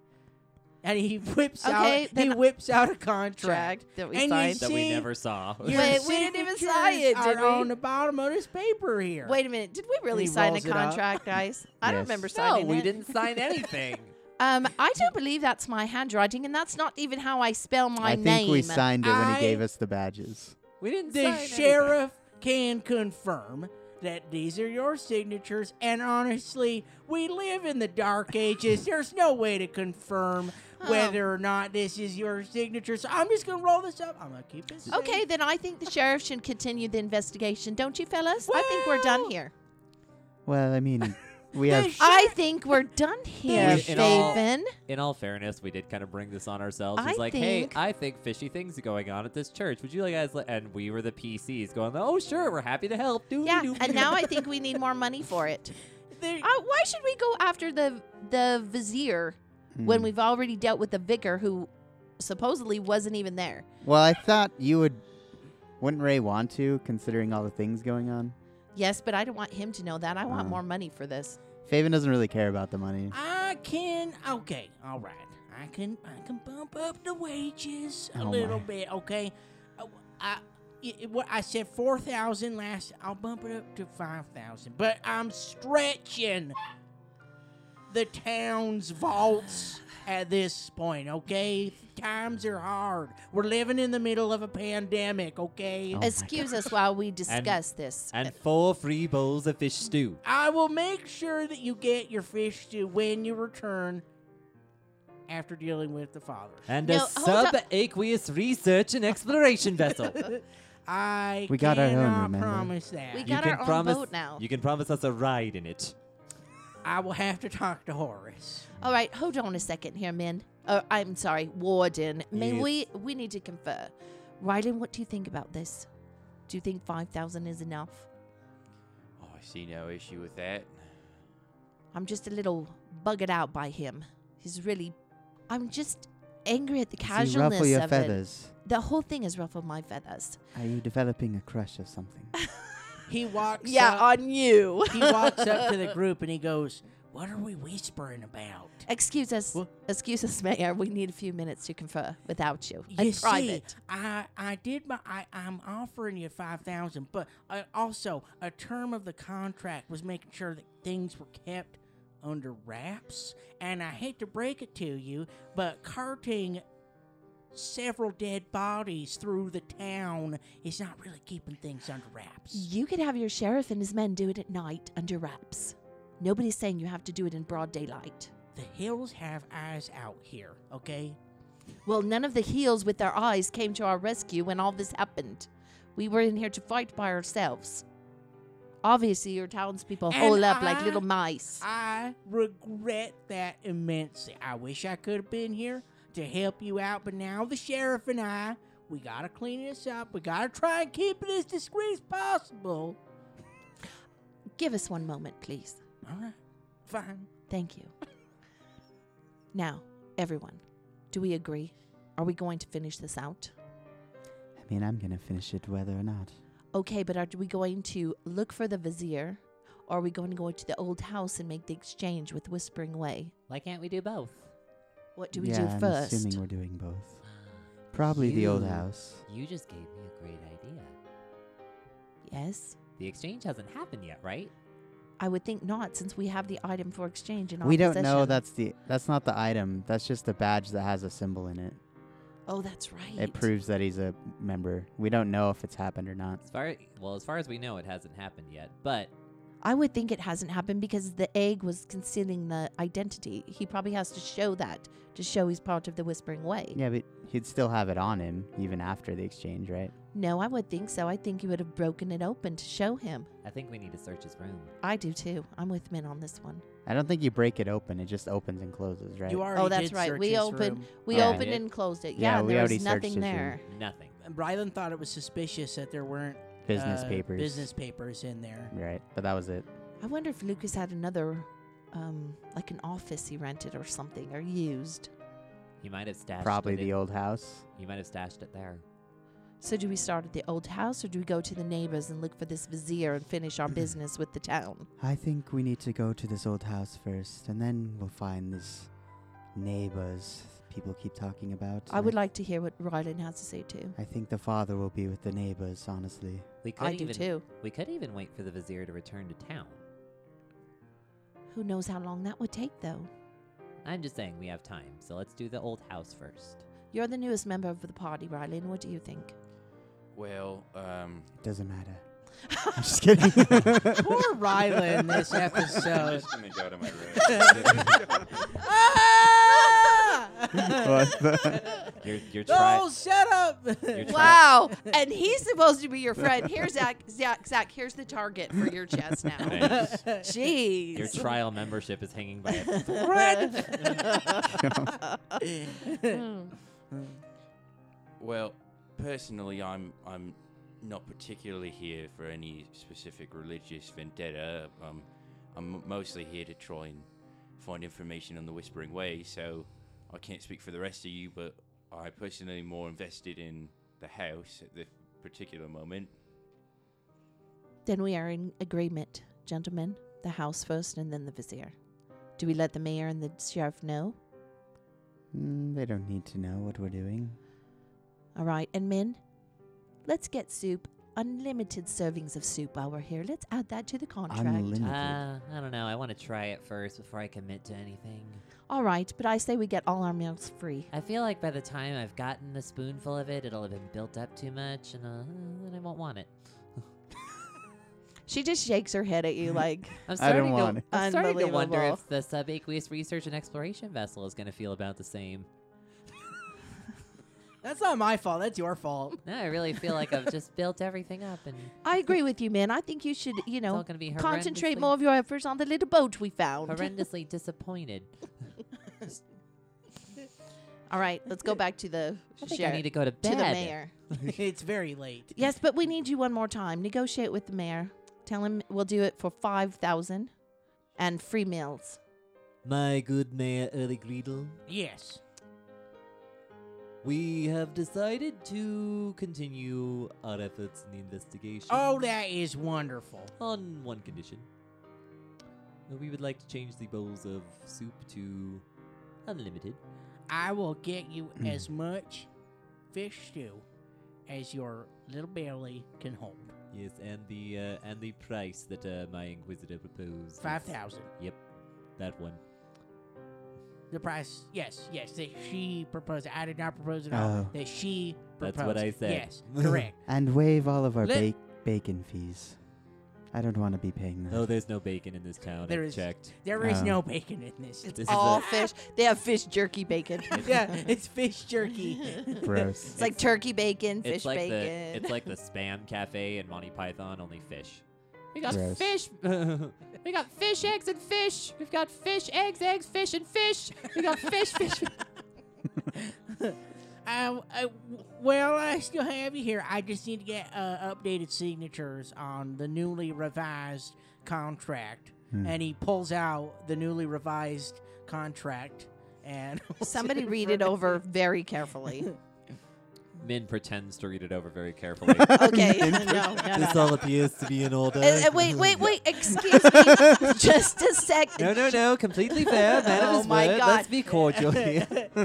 Speaker 1: And he whips
Speaker 7: Okay,
Speaker 1: out he
Speaker 7: then-
Speaker 1: whips out a contract.
Speaker 7: that we
Speaker 1: And you
Speaker 7: signed.
Speaker 4: That we
Speaker 1: See,
Speaker 4: never saw.
Speaker 1: Your
Speaker 7: Wait, we didn't even sign
Speaker 1: signatures
Speaker 7: it, did
Speaker 1: are on
Speaker 7: we?
Speaker 1: the bottom of this paper here.
Speaker 7: Wait a minute. Did we really
Speaker 1: he
Speaker 7: sign a
Speaker 1: rolls it up.
Speaker 7: contract, guys? I don't
Speaker 3: Yes.
Speaker 7: remember
Speaker 4: no,
Speaker 7: signing
Speaker 4: we
Speaker 7: it.
Speaker 4: didn't sign anything.
Speaker 7: Um, I don't believe that's my handwriting, and that's not even how I spell my
Speaker 3: I
Speaker 7: name.
Speaker 3: think we signed it when
Speaker 1: I-
Speaker 3: he gave us the badges.
Speaker 4: We didn't
Speaker 1: the
Speaker 4: sign anything.
Speaker 1: sheriff can confirm that these are your signatures and honestly we live in the dark ages there's no way to confirm
Speaker 7: Oh.
Speaker 1: whether or not this is your signature so i'm just gonna roll this up i'm gonna keep this
Speaker 7: Okay, then I think the sheriff should continue the investigation, don't you, fellas? I think we're done
Speaker 1: Well-
Speaker 7: here.
Speaker 3: Well, I mean, we have.
Speaker 1: Sure.
Speaker 7: I think we're done here,
Speaker 4: We- in all-
Speaker 7: Faven.
Speaker 4: In all fairness, we did kind of bring this on ourselves.
Speaker 7: I
Speaker 4: He's like,
Speaker 7: think-
Speaker 4: "Hey, I think fishy things are going on at this church. Would you like guys?" li-" And we were the PCs going, "Oh, sure, we're happy to help."
Speaker 7: Yeah,
Speaker 4: Doobie-doobie.
Speaker 7: and now I think we need more money for it.
Speaker 1: There-
Speaker 7: Uh, why should we go after the the vizier when
Speaker 3: Hmm.
Speaker 7: we've already dealt with the vicar who supposedly wasn't even there?
Speaker 3: Well, I thought you would. Wouldn't Ray want to, considering all the things going on?
Speaker 7: Yes, but I don't want him to know that. I want
Speaker 3: Uh.
Speaker 7: more money for this.
Speaker 3: Faven doesn't really care about the money.
Speaker 1: i can okay all right i can i can bump up the wages a
Speaker 3: Oh,
Speaker 1: little
Speaker 3: my.
Speaker 1: bit okay i, I it, it- what I said four thousand last. I'll bump it up to five thousand, but I'm stretching the town's vaults at this point. Okay, times are hard. We're living in the middle of a pandemic. Okay,
Speaker 3: Oh my
Speaker 7: Excuse us while we discuss this.
Speaker 4: and four free bowls of fish stew.
Speaker 1: I will make sure that you get your fish stew when you return after dealing with the father.
Speaker 4: And
Speaker 7: No,
Speaker 4: a
Speaker 7: hold up.
Speaker 4: sub-aqueous research and exploration vessel.
Speaker 1: I
Speaker 3: We got our own,
Speaker 1: cannot
Speaker 3: remember?
Speaker 1: promise that.
Speaker 7: We got
Speaker 4: you
Speaker 7: our
Speaker 4: can
Speaker 7: own
Speaker 4: promise,
Speaker 7: boat now.
Speaker 4: You can promise us a ride in it.
Speaker 1: I will have to talk to Horace.
Speaker 7: All right, hold on a second here, men. Oh, I'm sorry, Warden. May
Speaker 4: Yes.
Speaker 7: we we need to confer. Rylan, what do you think about this? Do you think five thousand is enough?
Speaker 5: Oh, I see no issue with that.
Speaker 7: I'm just a little buggered out by him. He's really, I'm just angry at the
Speaker 3: Does he ruffle
Speaker 7: casualness
Speaker 3: your
Speaker 7: of
Speaker 3: feathers?
Speaker 7: it. The whole thing has ruffled my feathers.
Speaker 3: Are you developing a crush or something?
Speaker 1: He walks up.
Speaker 7: on you.
Speaker 1: he walks up to the group and he goes, "What are we whispering about?"
Speaker 7: Excuse us,
Speaker 1: What?
Speaker 7: excuse us, Mayor. We need a few minutes to confer without you
Speaker 1: You
Speaker 7: in
Speaker 1: see,
Speaker 7: private.
Speaker 1: I I did my I I'm offering you five thousand, but uh, also a term of the contract was making sure that things were kept under wraps, and I hate to break it to you, but carting several dead bodies through the town is not really keeping things under wraps.
Speaker 7: You could have your sheriff and his men do it at night under wraps. Nobody's saying you have to do it in broad daylight.
Speaker 1: The hills have eyes out here, okay?
Speaker 7: Well, none of the heels with their eyes came to our rescue when all this happened. We were in here to fight by ourselves. Obviously, your townspeople
Speaker 1: And
Speaker 7: hole up like
Speaker 1: I-
Speaker 7: little mice.
Speaker 1: I regret that immensely. I wish I could have been here to help you out, but now the sheriff and I, we gotta clean this up. We gotta try and keep it as discreet as possible.
Speaker 7: Give us one moment, please.
Speaker 1: All right, fine.
Speaker 7: Thank you. Now, everyone, do we agree? Are we going to finish this out?
Speaker 3: I mean, I'm gonna finish it whether or not.
Speaker 7: Okay, but are we going to look for the vizier? Or are we going to go to the old house and make the exchange with Whispering Way?
Speaker 4: Why can't we do both?
Speaker 7: What do we
Speaker 3: yeah,
Speaker 7: do
Speaker 3: I'm
Speaker 7: 1st
Speaker 3: assuming we're doing both. Probably the old
Speaker 4: You-
Speaker 3: house.
Speaker 4: You just gave me a great idea.
Speaker 7: yes?
Speaker 4: The exchange hasn't happened yet, right?
Speaker 7: I would think not, since we have the item for exchange in our
Speaker 3: We don't know
Speaker 7: possession.
Speaker 3: that's the that's not the item. That's just a badge that has a symbol in it.
Speaker 7: Oh, that's right.
Speaker 3: It proves that he's a member. We don't know if it's happened or not.
Speaker 4: As far well, as far as we know, it hasn't happened yet. But
Speaker 7: I would think it hasn't happened because the egg was concealing the identity. He probably has to show that to show he's part of the Whispering Way.
Speaker 3: Yeah, but he'd still have it on him even after the exchange, right?
Speaker 7: No, I would think so. I think you would have broken it open to show him.
Speaker 4: I think we need to search his room.
Speaker 7: I do too. I'm with Min on this one.
Speaker 3: I don't think you break it open. It just opens and closes, right?
Speaker 1: You already
Speaker 7: oh, that's
Speaker 1: did
Speaker 7: right.
Speaker 1: search
Speaker 7: We
Speaker 1: his
Speaker 7: opened,
Speaker 1: room.
Speaker 7: we
Speaker 3: Yeah.
Speaker 7: opened
Speaker 4: Yeah.
Speaker 7: and closed it.
Speaker 3: Yeah,
Speaker 7: Yeah, and
Speaker 3: we
Speaker 7: there
Speaker 3: already
Speaker 7: was
Speaker 3: searched his
Speaker 7: nothing
Speaker 3: room.
Speaker 7: there.
Speaker 4: Nothing.
Speaker 1: Brylan thought it was suspicious that there weren't
Speaker 3: Business
Speaker 1: uh,
Speaker 3: papers.
Speaker 1: Business papers in there.
Speaker 3: Right, but that was it.
Speaker 2: I wonder if Lucas had another, um, like an office he rented or something or used.
Speaker 4: You might have stashed
Speaker 3: Probably
Speaker 4: it in-
Speaker 3: the old house.
Speaker 4: You might have stashed it there.
Speaker 2: So do we start at the old house or do we go to the neighbors and look for this vizier and finish our business with the town?
Speaker 3: I think we need to go to this old house first, and then we'll find this neighbors people keep talking about.
Speaker 2: I
Speaker 3: and
Speaker 2: would like to hear what Rylan has to say too.
Speaker 3: I think the father will be with the neighbors, honestly.
Speaker 4: We could
Speaker 2: I do
Speaker 4: even
Speaker 2: too.
Speaker 4: we could even wait for the vizier to return to town.
Speaker 2: Who knows how long that would take though?
Speaker 4: I'm just saying we have time, so let's do the old house first.
Speaker 2: You're the newest member of the party, Rylan. What do you think?
Speaker 5: Well, um,
Speaker 3: It doesn't matter. I'm just kidding.
Speaker 1: Poor Rylan this
Speaker 5: I'm
Speaker 1: episode.
Speaker 5: just gonna go to my room.
Speaker 2: Ah!
Speaker 4: You're you're
Speaker 1: The whole
Speaker 4: trying.
Speaker 1: setup.
Speaker 4: You're
Speaker 2: Wow. Oh, and he's supposed to be your friend. Here, Zach, Zach, Zach, here's the target for your chest now.
Speaker 5: Thanks.
Speaker 2: Jeez.
Speaker 4: Your trial membership is hanging by a thread.
Speaker 5: Well, personally, I'm I'm not particularly here for any specific religious vendetta. Um, I'm mostly here to try and find information on the Whispering Way. So I can't speak for the rest of you, but I personally am more invested in the house at this particular moment.
Speaker 2: Then we are in agreement, gentlemen. The house first and then the vizier. Do we let the mayor and the sheriff know?
Speaker 3: Mm, they don't need to know what we're doing.
Speaker 2: All right. And men, let's get soup. Unlimited servings of soup while we're here. Let's add that to the contract.
Speaker 3: Unlimited.
Speaker 4: Uh, I don't know. I want to try it first before I commit to anything.
Speaker 2: All right. But I say we get all our meals free.
Speaker 4: I feel like by the time I've gotten a spoonful of it, it'll have been built up too much, and uh, then I won't want it.
Speaker 2: She just shakes her head at you like,
Speaker 4: I'm
Speaker 3: I
Speaker 4: starting
Speaker 3: don't want
Speaker 4: to,
Speaker 3: it.
Speaker 4: I'm starting to wonder
Speaker 2: Unbelievable.
Speaker 4: if the subaqueous research and exploration vessel is going to feel about the same.
Speaker 1: That's not my fault. That's your fault.
Speaker 4: No, I really feel like I've just built everything up, and
Speaker 2: I agree with you, man. I think you should, you
Speaker 4: it's all
Speaker 2: know,
Speaker 4: going to be horrendously,
Speaker 2: concentrate more of your efforts on the little boat we found.
Speaker 4: horrendously disappointed.
Speaker 2: All right, let's go back to the
Speaker 4: I think I
Speaker 2: sheriff,
Speaker 4: need to go to
Speaker 2: to the
Speaker 4: bed.
Speaker 2: mayor.
Speaker 1: it's very late.
Speaker 2: Yes, but we need you one more time. Negotiate with the mayor. Tell him we'll do it for five thousand and free meals.
Speaker 6: My good Mayor Early Greedle,
Speaker 1: Yes.
Speaker 6: we have decided to continue our efforts in the investigation.
Speaker 1: Oh, that is wonderful.
Speaker 6: On one condition. Uh, We would like to change the bowls of soup to unlimited.
Speaker 1: I will get you
Speaker 6: Hmm.
Speaker 1: as much fish stew as your little belly can hold.
Speaker 6: Yes, and the uh, and the price that uh, my inquisitor proposed. is-
Speaker 1: Five thousand.
Speaker 6: Yep, that one.
Speaker 1: The price, yes, yes, that she proposed. I did not propose at all.
Speaker 3: Oh.
Speaker 1: That she proposed.
Speaker 6: Uh-huh. That's what I said.
Speaker 1: Yes, correct.
Speaker 3: And waive all of our
Speaker 1: Let-
Speaker 3: ba- bacon fees. I don't want to be paying that.
Speaker 6: Oh, there's no bacon in this town.
Speaker 1: There
Speaker 6: I've
Speaker 1: is-
Speaker 6: checked.
Speaker 1: There is
Speaker 3: Oh.
Speaker 1: no bacon in this.
Speaker 6: Uh-huh. This is
Speaker 2: All
Speaker 6: a,
Speaker 2: fish. They have fish jerky bacon.
Speaker 1: yeah, it's fish jerky.
Speaker 3: Gross.
Speaker 2: It's like turkey bacon, fish
Speaker 4: It's like
Speaker 2: bacon.
Speaker 4: the it's like the spam cafe in Monty Python, only fish. We got
Speaker 3: Gross.
Speaker 4: fish. we got fish eggs and fish. We've got fish eggs, eggs, fish and fish. We got fish, fish.
Speaker 1: I, I, Um, uh, well, I still have you here. I just need to get uh, updated signatures on the newly revised contract.
Speaker 2: Hmm.
Speaker 1: And he pulls out the newly revised contract. And
Speaker 2: Somebody read it over very carefully.
Speaker 4: Min pretends to read it over very carefully.
Speaker 2: Okay. no, no, no.
Speaker 6: this all appears to be in order.
Speaker 2: Uh, uh, wait, wait, wait. Excuse me. Just a sec.
Speaker 6: No, no, no. Completely fair. Man
Speaker 2: Oh
Speaker 6: of his
Speaker 2: my
Speaker 6: word.
Speaker 2: God.
Speaker 6: Let's be cordial here.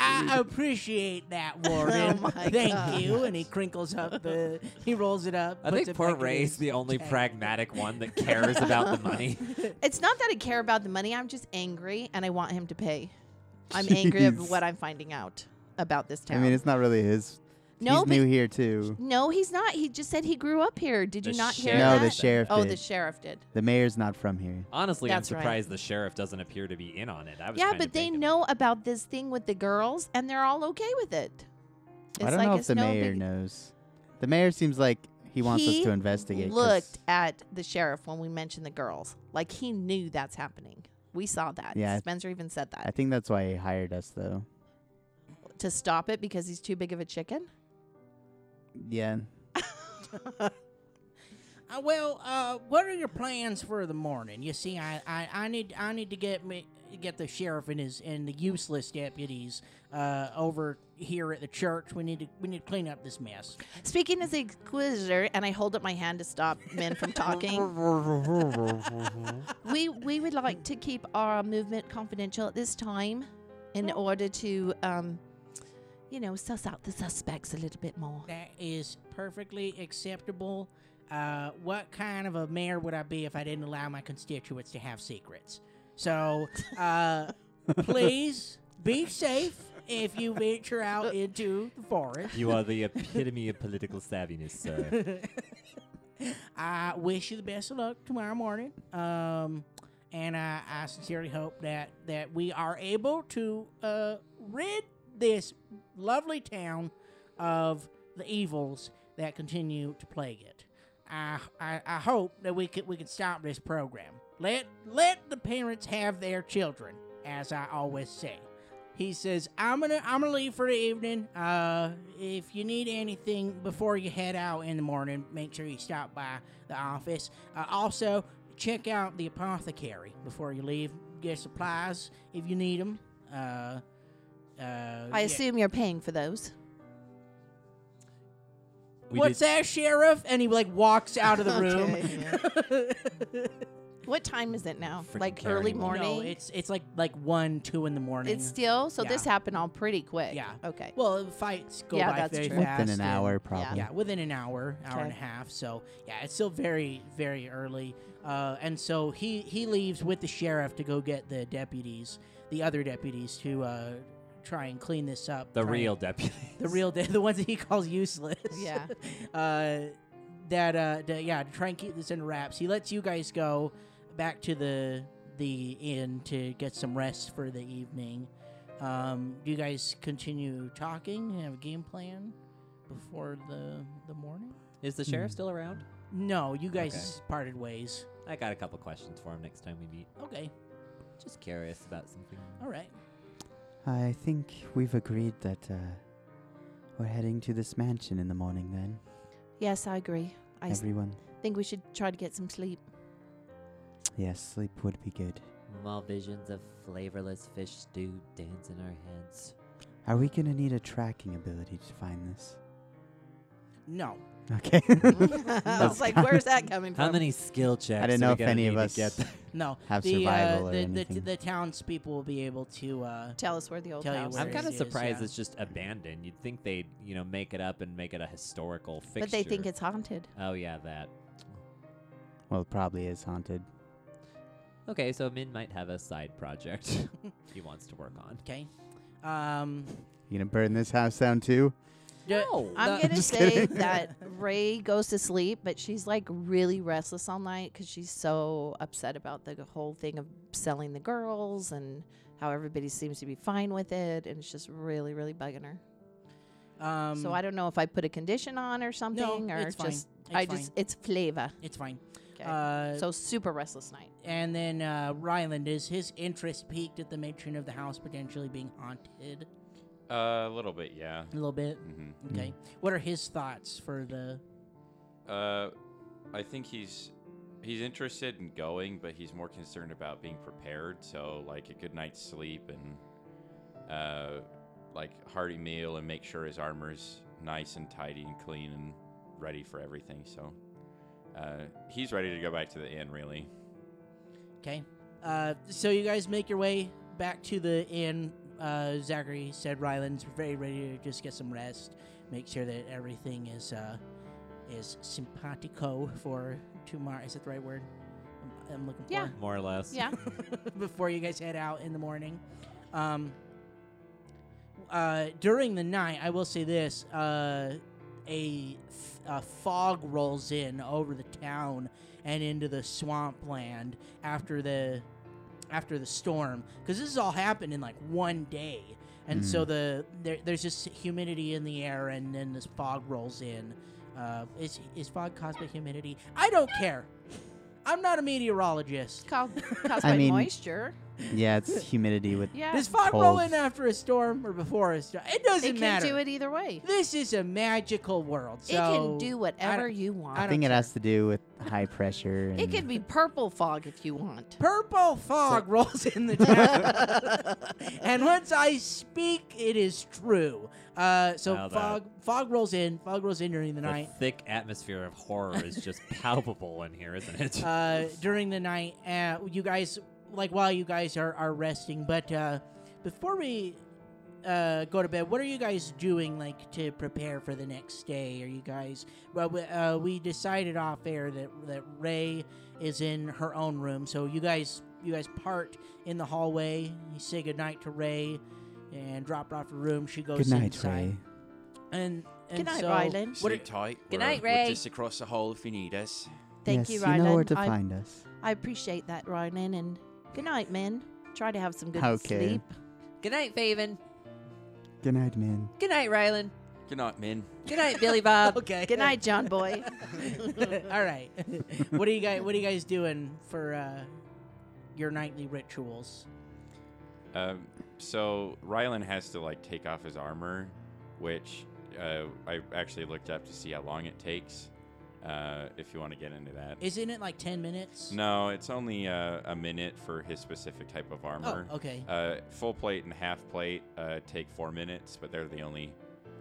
Speaker 1: I appreciate that, Warden.
Speaker 2: Oh my
Speaker 1: Thank
Speaker 2: God.
Speaker 1: you. And he crinkles up the. He rolls it up.
Speaker 4: I
Speaker 1: puts
Speaker 4: think
Speaker 1: it
Speaker 4: poor
Speaker 1: back in
Speaker 4: Ray's
Speaker 1: his
Speaker 4: the only
Speaker 1: jacket.
Speaker 4: pragmatic one that cares about the money.
Speaker 2: It's not that I care about the money. I'm just angry and I want him to pay. I'm angry at
Speaker 3: Jeez.
Speaker 2: what I'm finding out about this
Speaker 3: I
Speaker 2: town.
Speaker 3: mean, it's not really his.
Speaker 2: no,
Speaker 3: He's
Speaker 2: but-
Speaker 3: new here too.
Speaker 2: no, he's not. He just said he grew up here. Did you
Speaker 4: The
Speaker 2: not hear
Speaker 4: sheriff.
Speaker 3: No,
Speaker 2: that?
Speaker 3: the sheriff.
Speaker 2: oh,
Speaker 3: did.
Speaker 2: the sheriff did.
Speaker 3: The mayor's not from here.
Speaker 4: Honestly, I'm
Speaker 2: That's right.
Speaker 4: surprised the sheriff doesn't appear to be in on it. I was
Speaker 2: Yeah,
Speaker 4: kinda
Speaker 2: but they
Speaker 4: thinking-
Speaker 2: know about this thing with the girls and they're all okay with it. It's
Speaker 3: I don't
Speaker 2: like
Speaker 3: know if
Speaker 2: it's
Speaker 3: the
Speaker 2: no
Speaker 3: mayor
Speaker 2: big-
Speaker 3: knows. The mayor seems like he wants
Speaker 2: He
Speaker 3: us to investigate. 'cause-
Speaker 2: Looked at the sheriff when we mentioned the girls. Like he knew that's happening. We saw that.
Speaker 3: Yeah.
Speaker 2: Spencer even said
Speaker 3: I
Speaker 2: that.
Speaker 3: think that's why he hired us, though.
Speaker 2: To stop it because he's too big of a chicken.
Speaker 3: Yeah.
Speaker 1: Uh, well, uh, what are your plans for the morning? You see, I, I, I need I need to get me get the sheriff and his and the useless deputies uh, over here at the church. We need to we need to clean up this mess.
Speaker 2: Speaking as inquisitor, and I hold up my hand to stop men from talking. we we would like to keep our movement confidential at this time, in
Speaker 1: Oh.
Speaker 2: order to, um, you know, suss out the suspects a little bit more.
Speaker 1: That is perfectly acceptable. Uh, what kind of a mayor would I be if I didn't allow my constituents to have secrets? So, uh, please be safe if you venture out into the forest.
Speaker 6: You are the epitome of political savviness, sir.
Speaker 1: I wish you the best of luck tomorrow morning. Um, and I, I sincerely hope that, that we are able to uh, rid this lovely town of the evils that continue to plague it. I, I, I hope that we can, we can stop this program. Let, let the parents have their children, as I always say. He says, "I'm gonna I'm gonna leave for the evening. Uh, if you need anything before you head out in the morning, make sure you stop by the office. Uh, also, check out the apothecary before you leave. Get supplies if you need them. Uh, uh,
Speaker 2: I
Speaker 1: yeah.
Speaker 2: assume you're paying for those.
Speaker 6: We
Speaker 1: What's
Speaker 6: did-
Speaker 1: that, sheriff? And he like walks out of the room.
Speaker 2: what time is it now?
Speaker 6: Freaking
Speaker 2: like
Speaker 6: care
Speaker 2: early
Speaker 6: anymore.
Speaker 2: morning.
Speaker 1: No, it's it's like like one, two in the morning.
Speaker 2: It's still so. This
Speaker 1: Yeah.
Speaker 2: happened all pretty quick.
Speaker 1: Yeah.
Speaker 2: Okay.
Speaker 1: well, the fights go
Speaker 2: Yeah,
Speaker 1: by
Speaker 2: that's
Speaker 1: very
Speaker 2: true.
Speaker 1: fast.
Speaker 3: Within an
Speaker 1: and-
Speaker 3: hour, probably.
Speaker 1: Yeah, within an hour, hour and a
Speaker 2: Okay.
Speaker 1: half. So yeah, it's still very, very early. Uh, and so he he leaves with the sheriff to go get the deputies, the other deputies, to uh, try and clean this up.
Speaker 4: The
Speaker 1: try and-
Speaker 4: real deputy.
Speaker 1: the real, de- the ones that he calls useless.
Speaker 2: Yeah.
Speaker 1: uh, that uh, to, yeah, to try and keep this in wraps. He lets you guys go back to the the inn to get some rest for the evening. Um, do you guys continue talking? Have a game plan before the the morning?
Speaker 4: Is the
Speaker 6: Hmm.
Speaker 4: sheriff still around?
Speaker 1: No, you guys parted ways.
Speaker 4: I got a couple questions for him next time we meet.
Speaker 1: Okay,
Speaker 4: Just curious about something.
Speaker 1: all right.
Speaker 3: I think we've agreed that uh, we're heading to this mansion in the morning then.
Speaker 2: Yes, I agree. I s-
Speaker 3: Everyone.
Speaker 2: think we should try to get some sleep.
Speaker 3: Yes, sleep would be good.
Speaker 4: Small visions of flavorless fish stew dance in our heads.
Speaker 3: Are we going to need a tracking ability to find this?
Speaker 1: No,
Speaker 3: Okay.
Speaker 2: I was like, where's that coming from?
Speaker 4: Oh. How many skill checks?
Speaker 3: I didn't
Speaker 4: do
Speaker 3: know
Speaker 4: we
Speaker 3: if
Speaker 4: gotta
Speaker 3: any
Speaker 4: need
Speaker 3: of
Speaker 4: to
Speaker 3: us
Speaker 4: get there?
Speaker 1: no.
Speaker 3: have
Speaker 1: the,
Speaker 3: survival
Speaker 1: uh,
Speaker 3: or
Speaker 1: the,
Speaker 3: anything.
Speaker 1: the the townspeople will be able to. Uh,
Speaker 2: Tell us where the old
Speaker 1: Tell you
Speaker 2: house
Speaker 1: where
Speaker 4: I'm
Speaker 2: is.
Speaker 1: it
Speaker 4: kind of
Speaker 1: is,
Speaker 4: surprised
Speaker 1: yeah.
Speaker 4: it's just abandoned. You'd think they'd, you know, make it up and make it a historical fixture.
Speaker 2: But they think it's haunted.
Speaker 4: Oh yeah, that.
Speaker 3: well, it probably is haunted.
Speaker 4: Okay, so Min might have a side project he wants to work on.
Speaker 1: okay. Um,
Speaker 3: You going to burn this house down too?
Speaker 1: the-
Speaker 4: No.
Speaker 1: the-
Speaker 2: I'm gonna
Speaker 3: Just
Speaker 2: say
Speaker 3: kidding.
Speaker 2: that Ray goes to sleep, but she's like really restless all night because she's so upset about the whole thing of selling the girls and how everybody seems to be fine with it, and it's just really, really bugging her.
Speaker 1: um,
Speaker 2: so I don't know if I put a condition on or something, or
Speaker 1: it's fine.
Speaker 2: just
Speaker 1: It's
Speaker 2: I just
Speaker 1: fine.
Speaker 2: it's flavor.
Speaker 1: It's fine.
Speaker 2: Okay.
Speaker 1: Uh,
Speaker 2: so super restless night.
Speaker 1: and then uh, Ryland is his interest peaked at the matron of the house potentially being haunted
Speaker 5: Uh, a little bit, yeah.
Speaker 1: a little bit.
Speaker 5: hmm
Speaker 1: Okay, what are his thoughts for the?
Speaker 5: Uh, I think he's he's interested in going, but he's more concerned about being prepared. So like a good night's sleep and uh, like hearty meal, and make sure his armor's nice and tidy and clean and ready for everything. So uh, he's ready to go back to the inn, really.
Speaker 1: Okay, uh, so you guys make your way back to the inn. Uh, Zachary said Ryland's very ready to just get some rest, make sure that everything is uh, is simpatico for tomorrow. Is that the right word? I'm, I'm looking
Speaker 2: Yeah.
Speaker 1: for.
Speaker 4: More or less.
Speaker 2: Yeah.
Speaker 1: before you guys head out in the morning. Um, uh, during the night, I will say this: uh, a, f- a fog rolls in over the town and into the swampland after the after the storm, because this has all happened in like one day, and so the there, there's just humidity in the air, and then this fog rolls in. Uh, is is fog caused by humidity? I don't care. I'm not a meteorologist.
Speaker 2: Caused, caused
Speaker 3: I
Speaker 2: by
Speaker 3: mean-
Speaker 2: moisture.
Speaker 3: Yeah, it's humidity with.
Speaker 2: Yeah.
Speaker 1: Does fog
Speaker 3: Cold.
Speaker 1: roll in after a storm or before a storm? It doesn't
Speaker 2: it can
Speaker 1: matter.
Speaker 2: do it either way.
Speaker 1: This is a magical world.
Speaker 2: it
Speaker 1: so
Speaker 2: can do whatever
Speaker 1: don't-
Speaker 2: you
Speaker 1: I
Speaker 3: I
Speaker 2: want.
Speaker 1: don't
Speaker 3: think it
Speaker 1: care.
Speaker 3: has to do with high pressure. And
Speaker 2: It could be purple fog if you want.
Speaker 1: Purple fog rolls in the town, and once I speak, it is true. Uh, so
Speaker 4: Wow, that-
Speaker 1: fog fog rolls in, fog rolls in during the
Speaker 4: The
Speaker 1: night.
Speaker 4: thick atmosphere of horror is just palpable in here, isn't it?
Speaker 1: Uh, during the night, uh, you guys like while you guys are are resting, but uh, before we uh, go to bed, what are you guys doing like to prepare for the next day? Are you guys well? We, uh, we decided off air that that Ray is in her own room, so you guys you guys part in the hallway. You say goodnight to Ray and drop her off her room. She goes
Speaker 3: Good night,
Speaker 1: inside.
Speaker 3: Ray.
Speaker 1: And, and
Speaker 2: Good night,
Speaker 1: so,
Speaker 2: Ryland.
Speaker 1: What
Speaker 5: Sleep tight.
Speaker 2: Good
Speaker 5: We're-
Speaker 2: night,
Speaker 5: we're
Speaker 2: Ray.
Speaker 5: just across the hall if you need us.
Speaker 2: Thank you,
Speaker 3: yes, You know where
Speaker 2: Ryland.
Speaker 3: to
Speaker 2: I,
Speaker 3: find us.
Speaker 2: I appreciate that, Ryland. And good night, man. Try to have some good
Speaker 3: Okay.
Speaker 2: sleep.
Speaker 8: Good night, Faven.
Speaker 3: Good night, man.
Speaker 8: Good night, Rylan.
Speaker 5: Good night, men.
Speaker 8: Good night, Billy Bob.
Speaker 1: Okay.
Speaker 2: Good night, John Boy.
Speaker 1: All right. what do you guys What are you guys doing for uh, your nightly rituals?
Speaker 5: Um, so Rylan has to like take off his armor, which uh, I actually looked up to see how long it takes. Uh, if you want to get into that.
Speaker 1: Isn't it like ten minutes?
Speaker 5: no, it's only uh, a minute for his specific type of
Speaker 1: Oh,
Speaker 5: armor.
Speaker 1: okay.
Speaker 5: Uh, full plate and half plate uh, take four minutes, but they're the only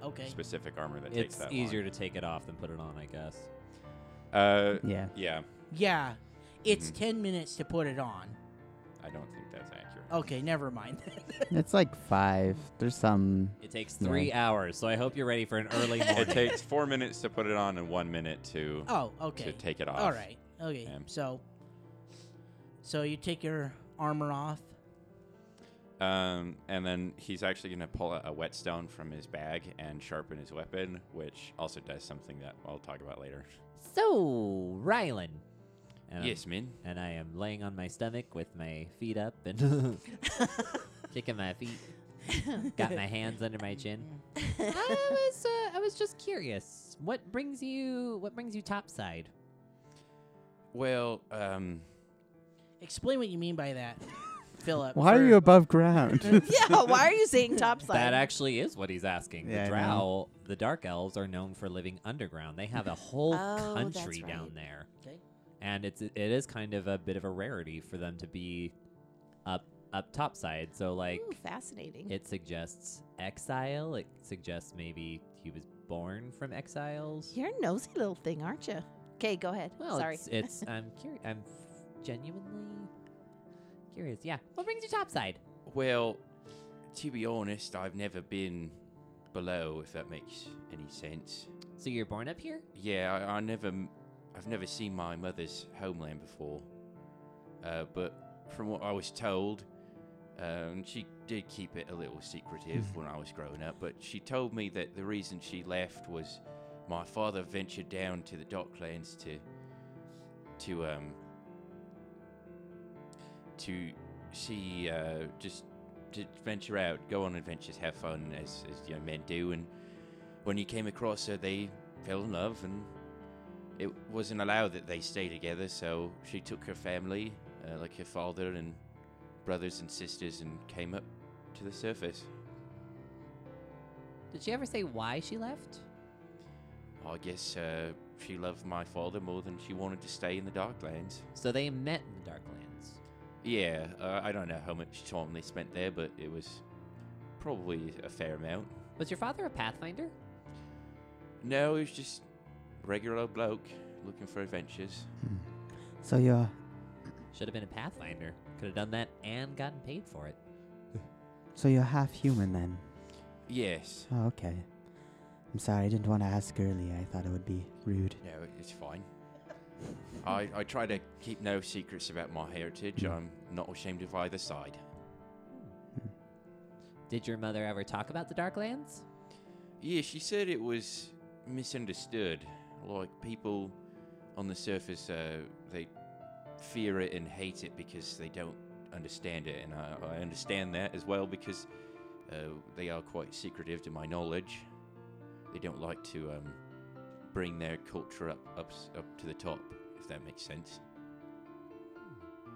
Speaker 1: Okay.
Speaker 5: specific armor that takes
Speaker 4: it's
Speaker 5: that
Speaker 4: easier to take it off than put it on, I guess.
Speaker 5: long. Uh,
Speaker 3: Yeah.
Speaker 5: yeah,
Speaker 1: Yeah, it's
Speaker 5: Mhm.
Speaker 1: ten minutes to put it on.
Speaker 5: I don't think that's accurate.
Speaker 1: Okay, never mind.
Speaker 3: It's like five. There's some.
Speaker 4: It takes
Speaker 3: No.
Speaker 4: three hours, so I hope you're ready for an early morning.
Speaker 5: It takes four minutes to put it on and one minute to
Speaker 1: oh, okay.
Speaker 5: to take it off.
Speaker 1: All right. Okay.
Speaker 5: Yeah.
Speaker 1: So, so you take your armor off.
Speaker 5: Um, and then he's actually going to pull out a whetstone from his bag and sharpen his weapon, which also does something that I'll talk about later.
Speaker 4: So, Rylan. And I'm-
Speaker 5: Min.
Speaker 4: and I am laying on my stomach with my feet up and kicking my feet. Got my hands under my chin. I was uh, I was just curious. What brings you What brings you topside?
Speaker 5: Well, um,
Speaker 1: Explain what you mean by that, Philip.
Speaker 3: Why
Speaker 1: for-
Speaker 3: are you above ground?
Speaker 2: yeah, why are you saying topside?
Speaker 4: That actually is what he's asking.
Speaker 3: Yeah, I
Speaker 4: the
Speaker 3: know.
Speaker 4: Drow, the Dark Elves, are known for living underground. They have a whole
Speaker 2: Oh, that's
Speaker 4: country
Speaker 2: right.
Speaker 4: down there,
Speaker 1: Okay.
Speaker 4: and it's it is kind of a bit of a rarity for them to be up up topside. So like.
Speaker 2: Ooh, fascinating.
Speaker 4: It suggests exile. It suggests maybe he was born from exiles.
Speaker 2: You're a nosy little thing, aren't you? Okay, go ahead.
Speaker 4: Well,
Speaker 2: Sorry.
Speaker 4: it's, it's I'm curious. I'm f- genuinely curious. Yeah. What brings you topside?
Speaker 5: well, to be honest, I've never been below, if that makes any sense.
Speaker 4: So you're born up here?
Speaker 5: Yeah, I, I never, m- I've never seen my mother's homeland before. Uh, but from what I was told, um, she did keep it a little secretive when I was growing up. But she told me that the reason she left was my father ventured down to the docklands to, to um, to see uh, just to venture out, go on adventures, have fun as as young men do, and when he came across her, they fell in love, and it wasn't allowed that they stay together, so she took her family, uh, like her father and brothers and sisters, and came up to the surface.
Speaker 4: Did she ever say why she left?
Speaker 5: I guess uh, she loved my father more than she wanted to stay in the Darklands.
Speaker 4: So they met in the Darklands.
Speaker 5: Yeah, uh, I don't know how much time they spent there, but it was probably a fair amount.
Speaker 4: Was your father a pathfinder?
Speaker 5: No, it was just regular old bloke looking for adventures.
Speaker 3: so you're.
Speaker 4: Should have been a pathfinder. Could have done that and gotten paid for it.
Speaker 3: So you're half human then.
Speaker 5: Yes.
Speaker 3: Oh, okay. I'm sorry, I didn't want to ask earlier. I thought it would be rude.
Speaker 5: No, it's fine. I, I try to keep no secrets about my heritage. I'm not ashamed of either side.
Speaker 4: Did your mother ever talk about the Darklands?
Speaker 5: Yeah, she said it was misunderstood. Like, people on the surface, uh, they fear it and hate it because they don't understand it. And I, I understand that as well because uh, they are quite secretive to my knowledge. They don't like to um, bring their culture up, up, up to the top, if that makes sense.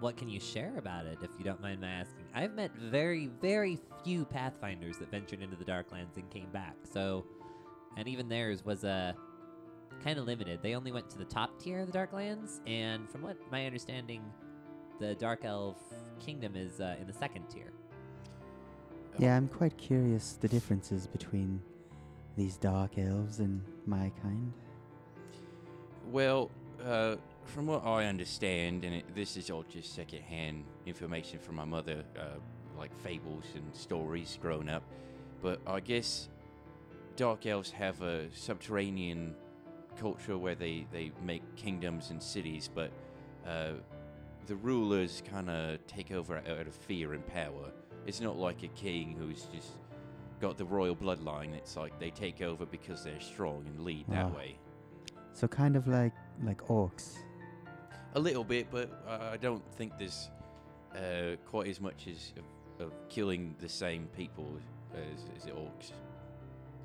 Speaker 4: what can you share about it, if you don't mind my asking? I've met very, very few Pathfinders that ventured into the Darklands and came back. So, and even theirs was uh, kind of limited. They only went to the top tier of the Darklands, and from what my understanding, the Dark Elf Kingdom is uh, in the second tier.
Speaker 3: Yeah, I'm quite curious the differences between these dark elves and my kind.
Speaker 5: Well, uh, from what I understand, and it, this is all just secondhand information from my mother, uh, like fables and stories growing up, but I guess dark elves have a subterranean culture where they, they make kingdoms and cities, but uh, the rulers kind of take over out out of fear and power. It's not like a king who's just got the royal bloodline. It's like they take over because they're strong and lead that
Speaker 3: Ah.
Speaker 5: way.
Speaker 3: So kind of like like orcs.
Speaker 5: A little bit, but I I don't think there's uh, quite as much as of, of killing the same people as, as the orcs.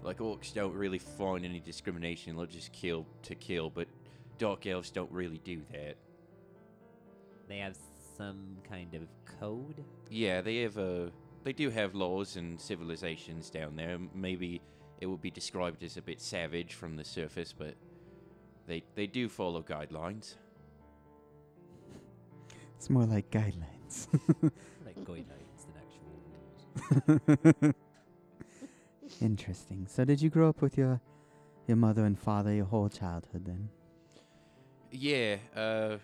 Speaker 5: Like orcs don't really find any discrimination; they'll just kill to kill. But dark elves don't really do that.
Speaker 4: They have some kind of code.
Speaker 5: Yeah, they have uh, they do have laws and civilizations down there. M- Maybe it would be described as a bit savage from the surface, but they they do follow guidelines.
Speaker 3: It's more like guidelines.
Speaker 4: Like guidelines and actual rules.
Speaker 3: Interesting. So did you grow up with your your mother and father your whole childhood then?
Speaker 5: Yeah, uh,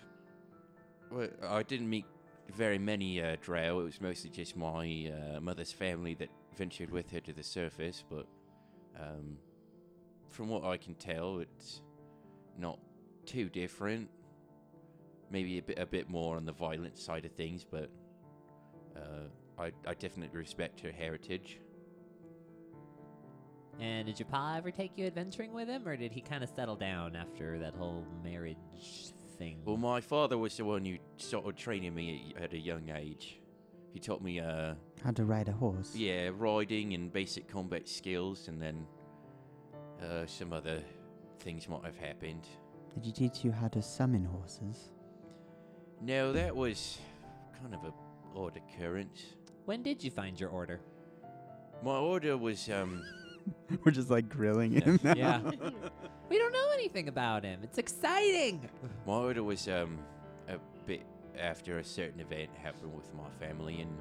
Speaker 5: well, I didn't meet very many uh, drow. It was mostly just my uh, mother's family that ventured with her to the surface. But um, from what I can tell, it's not too different. Maybe a bit, a bit more on the violent side of things, but uh, I, I definitely respect her heritage.
Speaker 4: And did your pa ever take you adventuring with him, or did he kind of settle down after that whole marriage thing?
Speaker 5: Well, my father was the one who started training me at, at a young age. He taught me uh,
Speaker 3: How to ride a horse.
Speaker 5: Yeah, riding and basic combat skills, and then uh, some other things might have happened.
Speaker 3: Did he teach you how to summon horses?
Speaker 5: No, that was kind of a odd occurrence.
Speaker 4: when did you find your order?
Speaker 5: My order was um,
Speaker 3: We're just like grilling
Speaker 5: him
Speaker 3: now.
Speaker 4: Yeah. we don't know anything about him. It's exciting.
Speaker 5: my order was um, a bit after a certain event happened with my family, and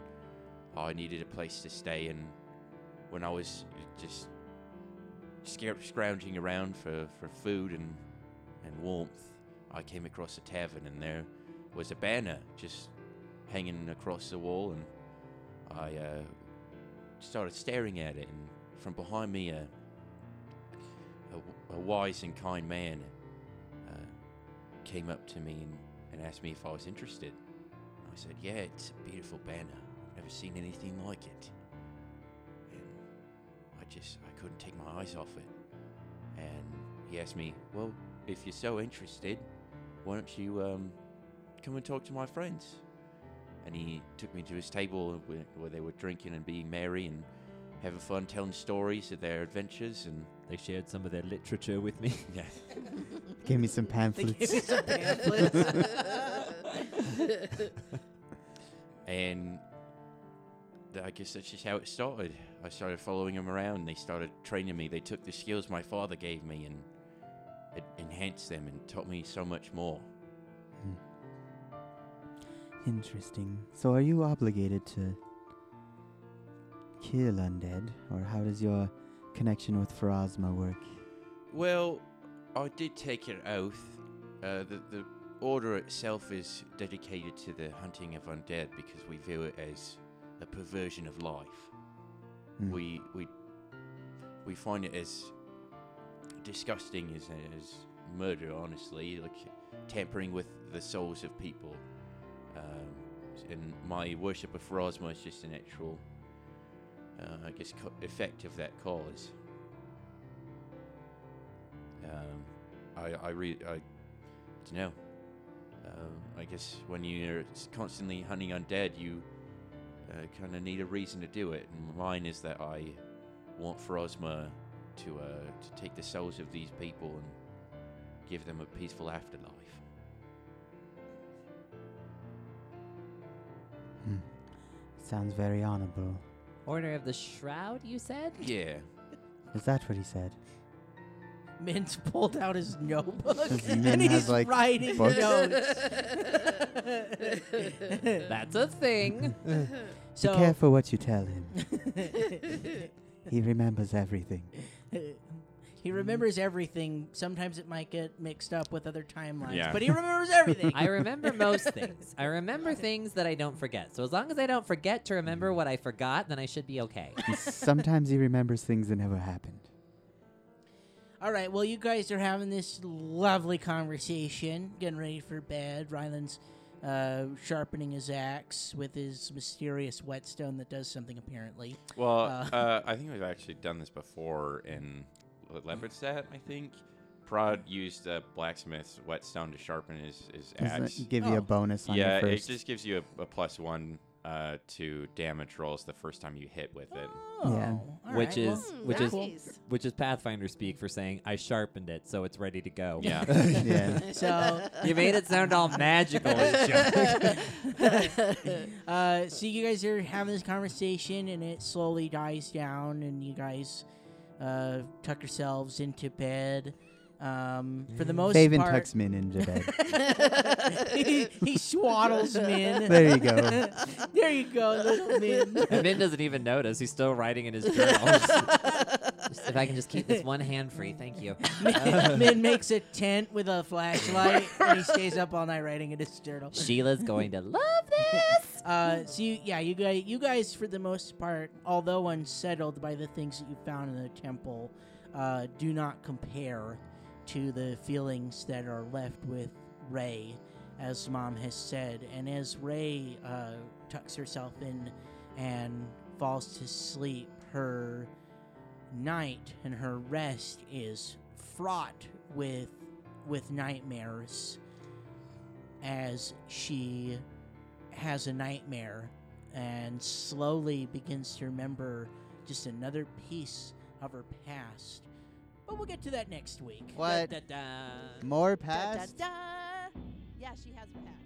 Speaker 5: I needed a place to stay. And when I was just scar- scrounging around for, for food and and warmth, I came across a tavern, and there was a banner just hanging across the wall, and I uh, started staring at it, and from behind me, a a, a wise and kind man. Uh, came up to me and, and asked me if I was interested. I said, Yeah, it's a beautiful banner. I've never seen anything like it. And I just, I couldn't take my eyes off it. And he asked me, Well, if you're so interested, why don't you um, come and talk to my friends? And he took me to his table where, where they were drinking and being merry and having fun telling stories of their adventures. And
Speaker 6: They shared some of their literature with me.
Speaker 5: yeah,
Speaker 3: Give me some pamphlets.
Speaker 5: and th- I guess that's just how it started. I started following them around. They started training me. They took the skills my father gave me and en- enhanced them and taught me so much more.
Speaker 3: Interesting. So are you obligated to kill undead, or how does your connection with Pharasma work?
Speaker 5: Well, I did take an oath. Uh, the, the order itself is dedicated to the hunting of undead because we view it as a perversion of life.
Speaker 3: Hmm.
Speaker 5: we we we find it as disgusting as as murder honestly like tampering with the souls of people um, and my worship of Rosma is just an actual uh, I guess co- effect of that cause um, I I re- I don't know um, I guess when you're s- constantly hunting undead you uh, kind of need a reason to do it, and mine is that I want Frosma to uh, to take the souls of these people and give them a peaceful afterlife.
Speaker 3: Hmm. Sounds very honorable.
Speaker 4: Order of the Shroud, you said?
Speaker 5: Yeah.
Speaker 3: Is that what he said?
Speaker 1: Mint's pulled out his notebook
Speaker 3: Does Mint
Speaker 1: and
Speaker 3: have,
Speaker 1: he's
Speaker 3: like,
Speaker 1: writing
Speaker 3: books?
Speaker 1: notes.
Speaker 4: That's a thing.
Speaker 1: so
Speaker 3: Be careful what you tell him. he remembers everything.
Speaker 1: he remembers everything. Sometimes it might get mixed up with other timelines,
Speaker 5: Yeah.
Speaker 1: but he remembers everything.
Speaker 4: I remember most things. I remember things that I don't forget. So as long as I don't forget to remember what I forgot, then I should be okay.
Speaker 3: And Sometimes he remembers things that never happened.
Speaker 1: All right, well, you guys are having this lovely conversation, getting ready for bed. Ryland's uh, sharpening his axe with his mysterious whetstone that does something, apparently.
Speaker 5: Well,
Speaker 1: Uh.
Speaker 5: uh, I think we've actually done this before in Le- Leopard Set, I think. Prod used uh, blacksmith's whetstone to sharpen his, his
Speaker 3: Doesn't
Speaker 5: axe.
Speaker 3: it give you a
Speaker 1: Oh.
Speaker 3: bonus on
Speaker 5: yeah,
Speaker 3: your
Speaker 5: it
Speaker 3: first?
Speaker 5: just gives you a, a plus one uh, to damage rolls the first time you hit with it.
Speaker 3: Yeah.
Speaker 1: Oh, all
Speaker 4: Which
Speaker 1: right,
Speaker 4: is-
Speaker 1: well,
Speaker 2: Hmm,
Speaker 4: which is-
Speaker 1: cool.
Speaker 4: Which is Pathfinder speak for saying I sharpened it, so it's ready to go.
Speaker 5: Yeah.
Speaker 3: yeah.
Speaker 1: so.
Speaker 4: you made it sound all magical. and shit.
Speaker 1: uh, so you guys are having this conversation, and it slowly dies down, and you guys uh, tuck yourselves into bed. Um, for the most
Speaker 3: Faven
Speaker 1: part,
Speaker 3: tucks Min into bed.
Speaker 1: he, he swaddles Min.
Speaker 3: there you go.
Speaker 1: There you go, little Min.
Speaker 4: and Min doesn't even notice. He's still writing in his journal. Just if I can just keep this one hand free, thank you.
Speaker 1: Min,
Speaker 4: Um,
Speaker 1: Min makes a tent with a flashlight, and he stays up all night writing in his journal.
Speaker 4: Sheila's going to love this.
Speaker 1: Uh, so you, yeah, you guys, you guys, for the most part, although unsettled by the things that you found in the temple, uh, do not compare to the feelings that are left with Ray, as Mom has said. And as Ray uh, tucks herself in and falls to sleep, her night and her rest is fraught with with nightmares as she has a nightmare and slowly begins to remember just another piece of her past. But we'll get to that next week.
Speaker 3: What?
Speaker 4: Da-da-da.
Speaker 3: More
Speaker 2: Da, da,
Speaker 3: past?
Speaker 2: da. Yeah, she has a pass.